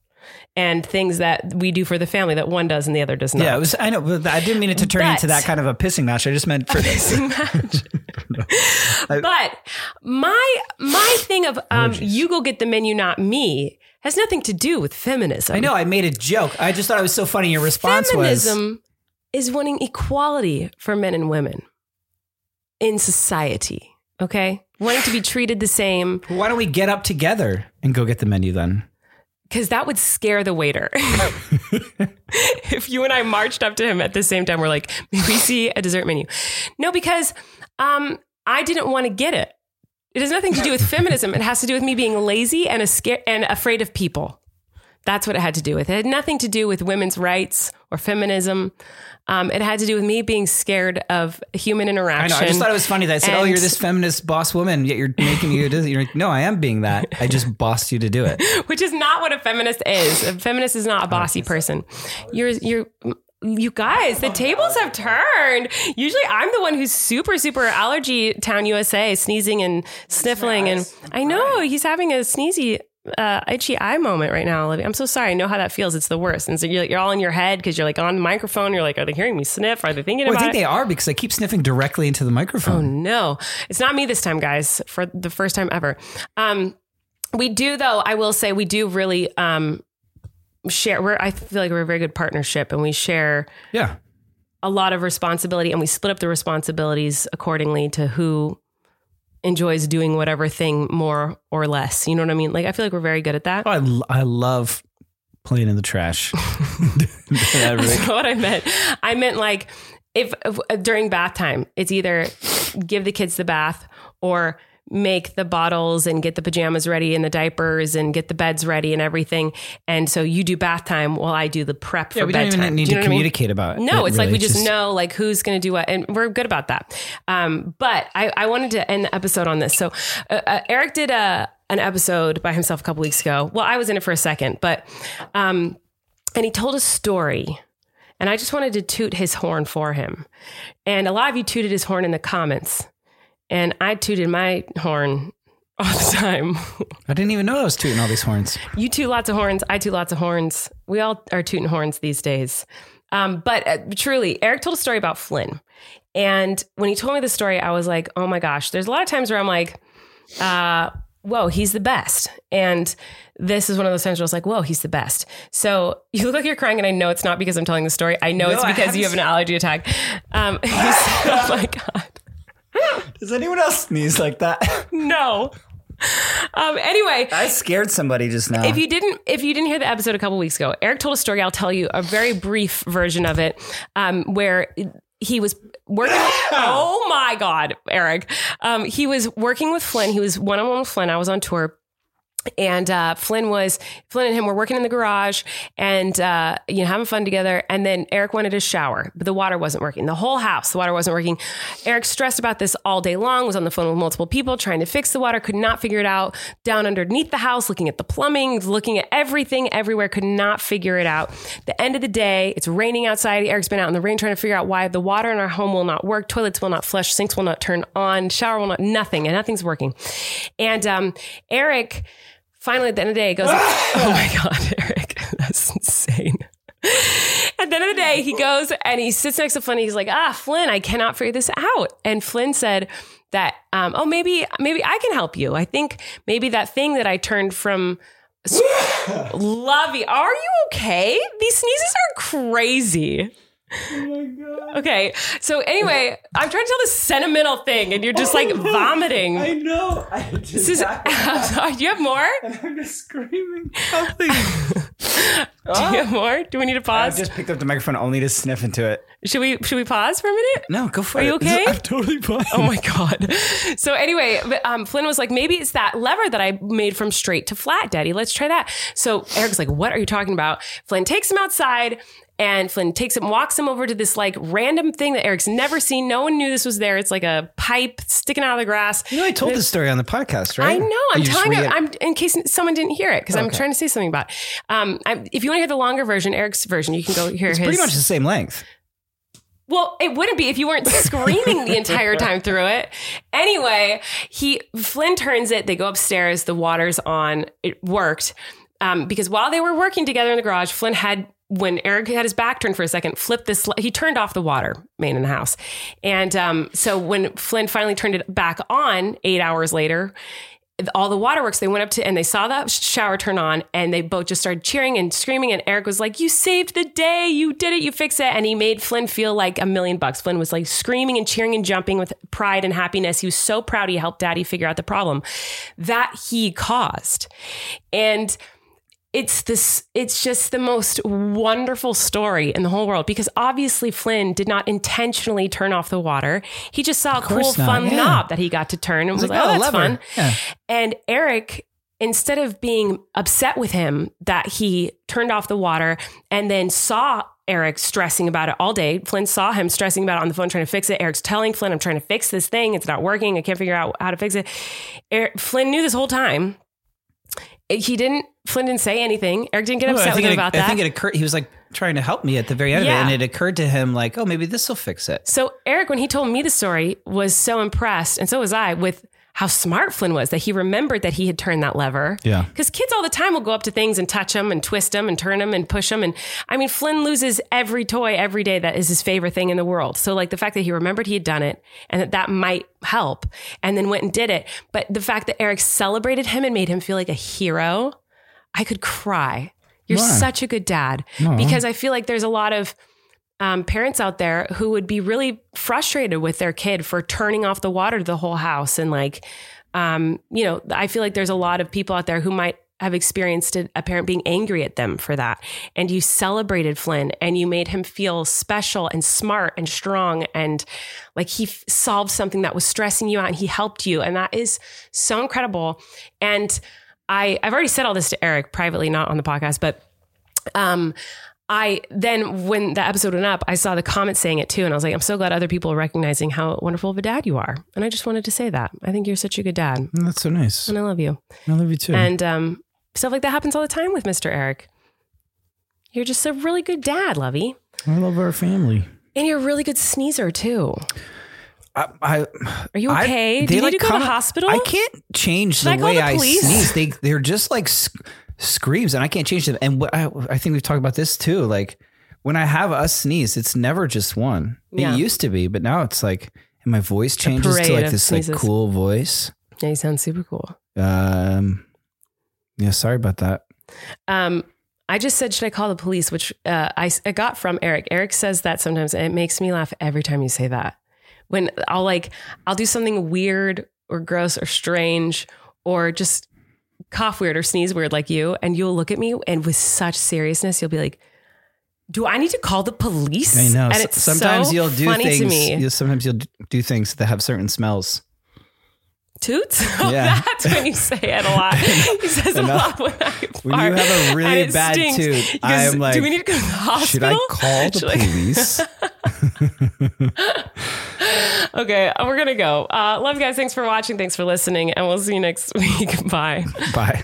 S2: and things that we do for the family that one does and the other does not.
S3: Yeah, it was. I know. But I didn't mean it to turn
S2: But-
S3: into that kind of a pissing match. I just meant for
S2: but my my thing of um, you go get the menu, not me, has nothing to do with feminism.
S3: I know I made a joke. I just thought it was so funny. Your response was
S2: feminism is wanting equality for men and women in society. Okay, wanting to be treated the same.
S3: why don't we get up together and go get the menu then?
S2: because that would scare the waiter. if you and I marched up to him at the same time, we're like, "May we see a dessert menu?" No, because um, I didn't want to get it. It has nothing to do with feminism. It has to do with me being lazy and a scare and afraid of people. That's what it had to do with. It had nothing to do with women's rights or feminism. Um, it had to do with me being scared of human
S3: I
S2: interaction.
S3: know. I just thought it was funny that I said, "Oh,
S2: And-
S3: you're this feminist boss woman," yet you're making me. do this." You're like, "No, I am being that. I just bossed you to do it."
S2: which is not what a feminist is. A feminist is not a bossy person. You're you're you guys, the tables have turned. Usually I'm the one who's super super allergy town USA sneezing and sniffling and I know he's having a sneezy uh, itchy eye moment right now, Olivia. I'm so sorry. I know how that feels. It's the worst. And so you're, you're all in your head because you're like on the microphone. You're like, are they hearing me sniff? Are they thinking
S3: Well, I
S2: about
S3: think
S2: it?
S3: they are because I keep sniffing directly into the
S2: Oh
S3: microphone.
S2: no, it's not me this time, guys. For the first time ever, um, we do though. I will say we do really um, share. We're I feel like we're a very good partnership, and we share
S3: Yeah,
S2: a lot of responsibility, and we split up the responsibilities accordingly to who enjoys doing whatever thing more or less. You know what I mean? Like I feel like we're very good at that.
S3: oh, I, l- I love playing in the trash. That really-
S2: That's not what I meant. I meant like if, if uh, during bath time, it's either give the kids the bath or make the bottles and get the pajamas ready and the diapers and get the beds ready and everything. And so you do bath time while I do the prep for
S3: yeah, we don't
S2: bedtime.
S3: even need
S2: do you
S3: to
S2: know what I mean?
S3: communicate about it.
S2: No,
S3: It
S2: it's like
S3: really
S2: we just, know like who's going to do what, and we're good about that. Um, but I, I wanted to end the episode on this. So uh, uh, Eric did a an episode by himself a couple weeks ago. Well, I was in it for a second, but um, and he told a story, and I just wanted to toot his horn for him. And a lot of you tooted his horn in the comments, and I tooted my horn all the time.
S3: I didn't even know I was tooting all these horns.
S2: You toot lots of horns. I toot lots of horns. We all are tooting horns these days. Um, but uh, truly, Eric told a story about Flynn. And when he told me the story, I was like, oh my gosh, there's a lot of times where I'm like, uh, whoa, he's the best. And this is one of those times where I was like, whoa, he's the best. So you look like you're crying, and I know it's not because I'm telling the story. I know it's
S3: I
S2: because you have
S3: haven't
S2: an allergy attack. Um, he said, oh my God.
S3: Does anyone else sneeze like that?
S2: No. Um, anyway,
S3: I scared somebody just now.
S2: if you didn't if you didn't hear the episode a couple weeks ago eric told a story i'll tell you a very brief version of it um, where he was working oh my god eric um, he was working with flynn he was one-on-one with flynn i was on tour and uh, Flynn was Flynn and him were working in the garage and uh, you know having fun together. And then Eric wanted a shower, but the water wasn't working. The whole house, the water wasn't working. Eric stressed about this all day long. Was on the phone with multiple people trying to fix the water. Could not figure it out. Down underneath the house, looking at the plumbing, looking at everything everywhere. Could not figure it out. The end of the day, it's raining outside. Eric's been out in the rain trying to figure out why the water in our home will not work. Toilets will not flush. Sinks will not turn on. Shower will not. Nothing and nothing's working. And um, Eric finally at the end of the day he goes oh my god eric that's insane at the end of the day he goes and he sits next to flynn and he's like ah flynn i cannot figure this out and flynn said that um, oh maybe maybe I can help you. I think maybe that thing that I turned from Lovey, are you okay? These sneezes are crazy. Oh my god. Okay. So anyway, I'm trying to tell this sentimental thing and you're just like vomiting. I know. this is Do you have more?
S5: I'm just screaming.
S2: Do you have more? Do we need to
S5: Oh. I
S2: pause?
S5: just picked up the microphone only to sniff into it.
S2: should we should we pause for a minute?
S5: No, go for
S2: Are
S5: it.
S2: you okay?
S5: I'm totally fine.
S2: Oh my god. So anyway, but, um, Flynn was like, maybe it's that lever that I made from straight to flat, Daddy. Let's try that. So Eric's like, what are you talking about? Flynn takes him outside. And Flynn takes him, walks him over to this like random thing that Eric's never seen. No one knew this was there. It's like a pipe sticking out of the grass.
S3: You know, I told this story on the podcast, right?
S2: I know.
S3: Or
S2: I'm
S3: you just
S2: telling you.
S3: reiterate-
S2: I'm in case someone didn't hear it because I'm trying to say something about. It. Um, I'm, if you want to hear the longer version, Eric's version, you can go hear
S5: It's
S2: his.
S5: pretty much the same length.
S2: Well, it wouldn't be if you weren't screaming the entire time through it. Anyway, he Flynn turns it. They go upstairs. The water's on. It worked um, because while they were working together in the garage, Flynn had when Eric had his back turned for a second, flipped this. He turned off the water main in the house, and um, so when Flynn finally turned it back on eight hours later, all the waterworks they went up to and they saw that sh- shower turn on and they both just started cheering and screaming and eric was like you saved the day you did it you fix it and he made flynn feel like a million bucks flynn was like screaming and cheering and jumping with pride and happiness he was so proud he helped daddy figure out the problem that he caused and it's this it's just the most wonderful story in the whole world because obviously Flynn did not intentionally turn off the water. He just saw a cool
S5: not,
S2: fun
S5: yeah.
S2: knob that he got to turn and was like,
S5: like,
S2: "Oh,
S5: "Oh,
S2: that's
S5: lever."
S2: fun." And Eric instead of being upset with him that he turned off the water and then saw Eric stressing about it all day. Flynn saw him stressing about it on the phone, trying to fix it. Eric's telling Flynn, I'm trying to fix this thing. It's not working. I can't figure out how to fix it. Eric, Flynn knew this whole time he didn't Flynn didn't say anything. Eric didn't get
S3: Well,
S2: upset with him
S3: it,
S2: about
S3: I
S2: that.
S3: think it occurred. He was like trying to help me at the very end
S2: Yeah.
S3: of it, and it occurred to him like, oh, maybe this will fix it.
S2: so Eric, when he told me the story, was so impressed, and so was I with how smart Flynn was that he remembered that he had turned that lever.
S3: Yeah.
S2: Because kids all the time will go up to things and touch them and twist them and turn them and push them. And I mean, Flynn loses every toy every day that is his favorite thing in the world. So, like, the fact that he remembered he had done it and that that might help and then went and did it. But the fact that Eric celebrated him and made him feel like a hero, I could cry. You're such a good dad. Because I feel like there's a lot of um, parents out there who would be really frustrated with their kid for turning off the water to the whole house. And like, um, you know, I feel like there's a lot of people out there who might have experienced a a parent being angry at them for that. And you celebrated Flynn and you made him feel special and smart and strong and like he f- solved something that was stressing you out and he helped you. And that is so incredible. And I, I've already said all this to Eric privately, not on the podcast, but um I then when the episode went up, I saw the comments saying it too, and I was like, I'm so glad other people are recognizing how wonderful of a dad you are. And I just wanted to say that. I think you're such a good dad.
S5: That's so nice.
S2: And I love you.
S5: I love you too.
S2: And um stuff like that happens all the time with Mr. Eric. You're just a really good dad, Lovey.
S5: I love our family.
S2: And you're a really good sneezer too.
S5: I, I,
S2: Are you
S5: I-
S2: okay?
S5: they,
S2: Do you
S5: like,
S2: need to go to
S5: come-
S2: the hospital?
S5: I can't change
S2: Should I
S5: the
S2: call
S5: way
S2: the
S5: I
S2: police?
S5: sneeze. They they're just like sc- screams, and I can't change them. And what I, I think we've talked about this too. Like when I have us sneeze, it's never just one.
S2: Yeah.
S5: It used to be, but now it's like and my voice changes
S2: parade
S5: to like
S2: of
S5: this
S2: sneezes.
S5: like cool voice.
S2: Yeah, you sound super cool.
S5: Um, yeah, sorry about that.
S2: Um, I just said, should I call the police? Which uh, I, I got from Eric. Eric says that sometimes, and it makes me laugh every time you say that. When I'll like, I'll do something weird or gross or strange or just cough weird or sneeze weird like you, and you'll look at me and with such seriousness, you'll be like, "Do I need to call the police?"
S3: I know.
S2: And
S3: S-
S2: it's
S3: sometimes
S2: so
S3: you'll do
S2: funny
S3: things.
S2: to me.
S3: You'll, sometimes you'll d- do things that have certain smells.
S2: Toots. Oh,
S3: Yeah.
S2: that's when you say it a lot. He says it a lot when I fart.
S3: When you have a really
S2: and it
S3: bad
S2: stinks.
S3: toot,
S2: He goes,
S3: I'm like,
S2: do we need to go to the hospital?
S3: Should I call the
S2: Should I-
S3: police?
S2: Okay, we're gonna go. Uh, love you guys. Thanks for watching. Thanks for listening, and we'll see you next week. Bye.
S3: Bye.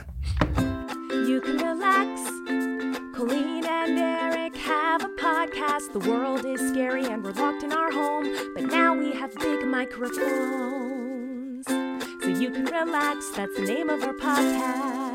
S1: You can relax. Colleen and Eric have a podcast. The world is scary and we're locked in our home. But now we have big microphones. So you can relax. That's the name of our podcast.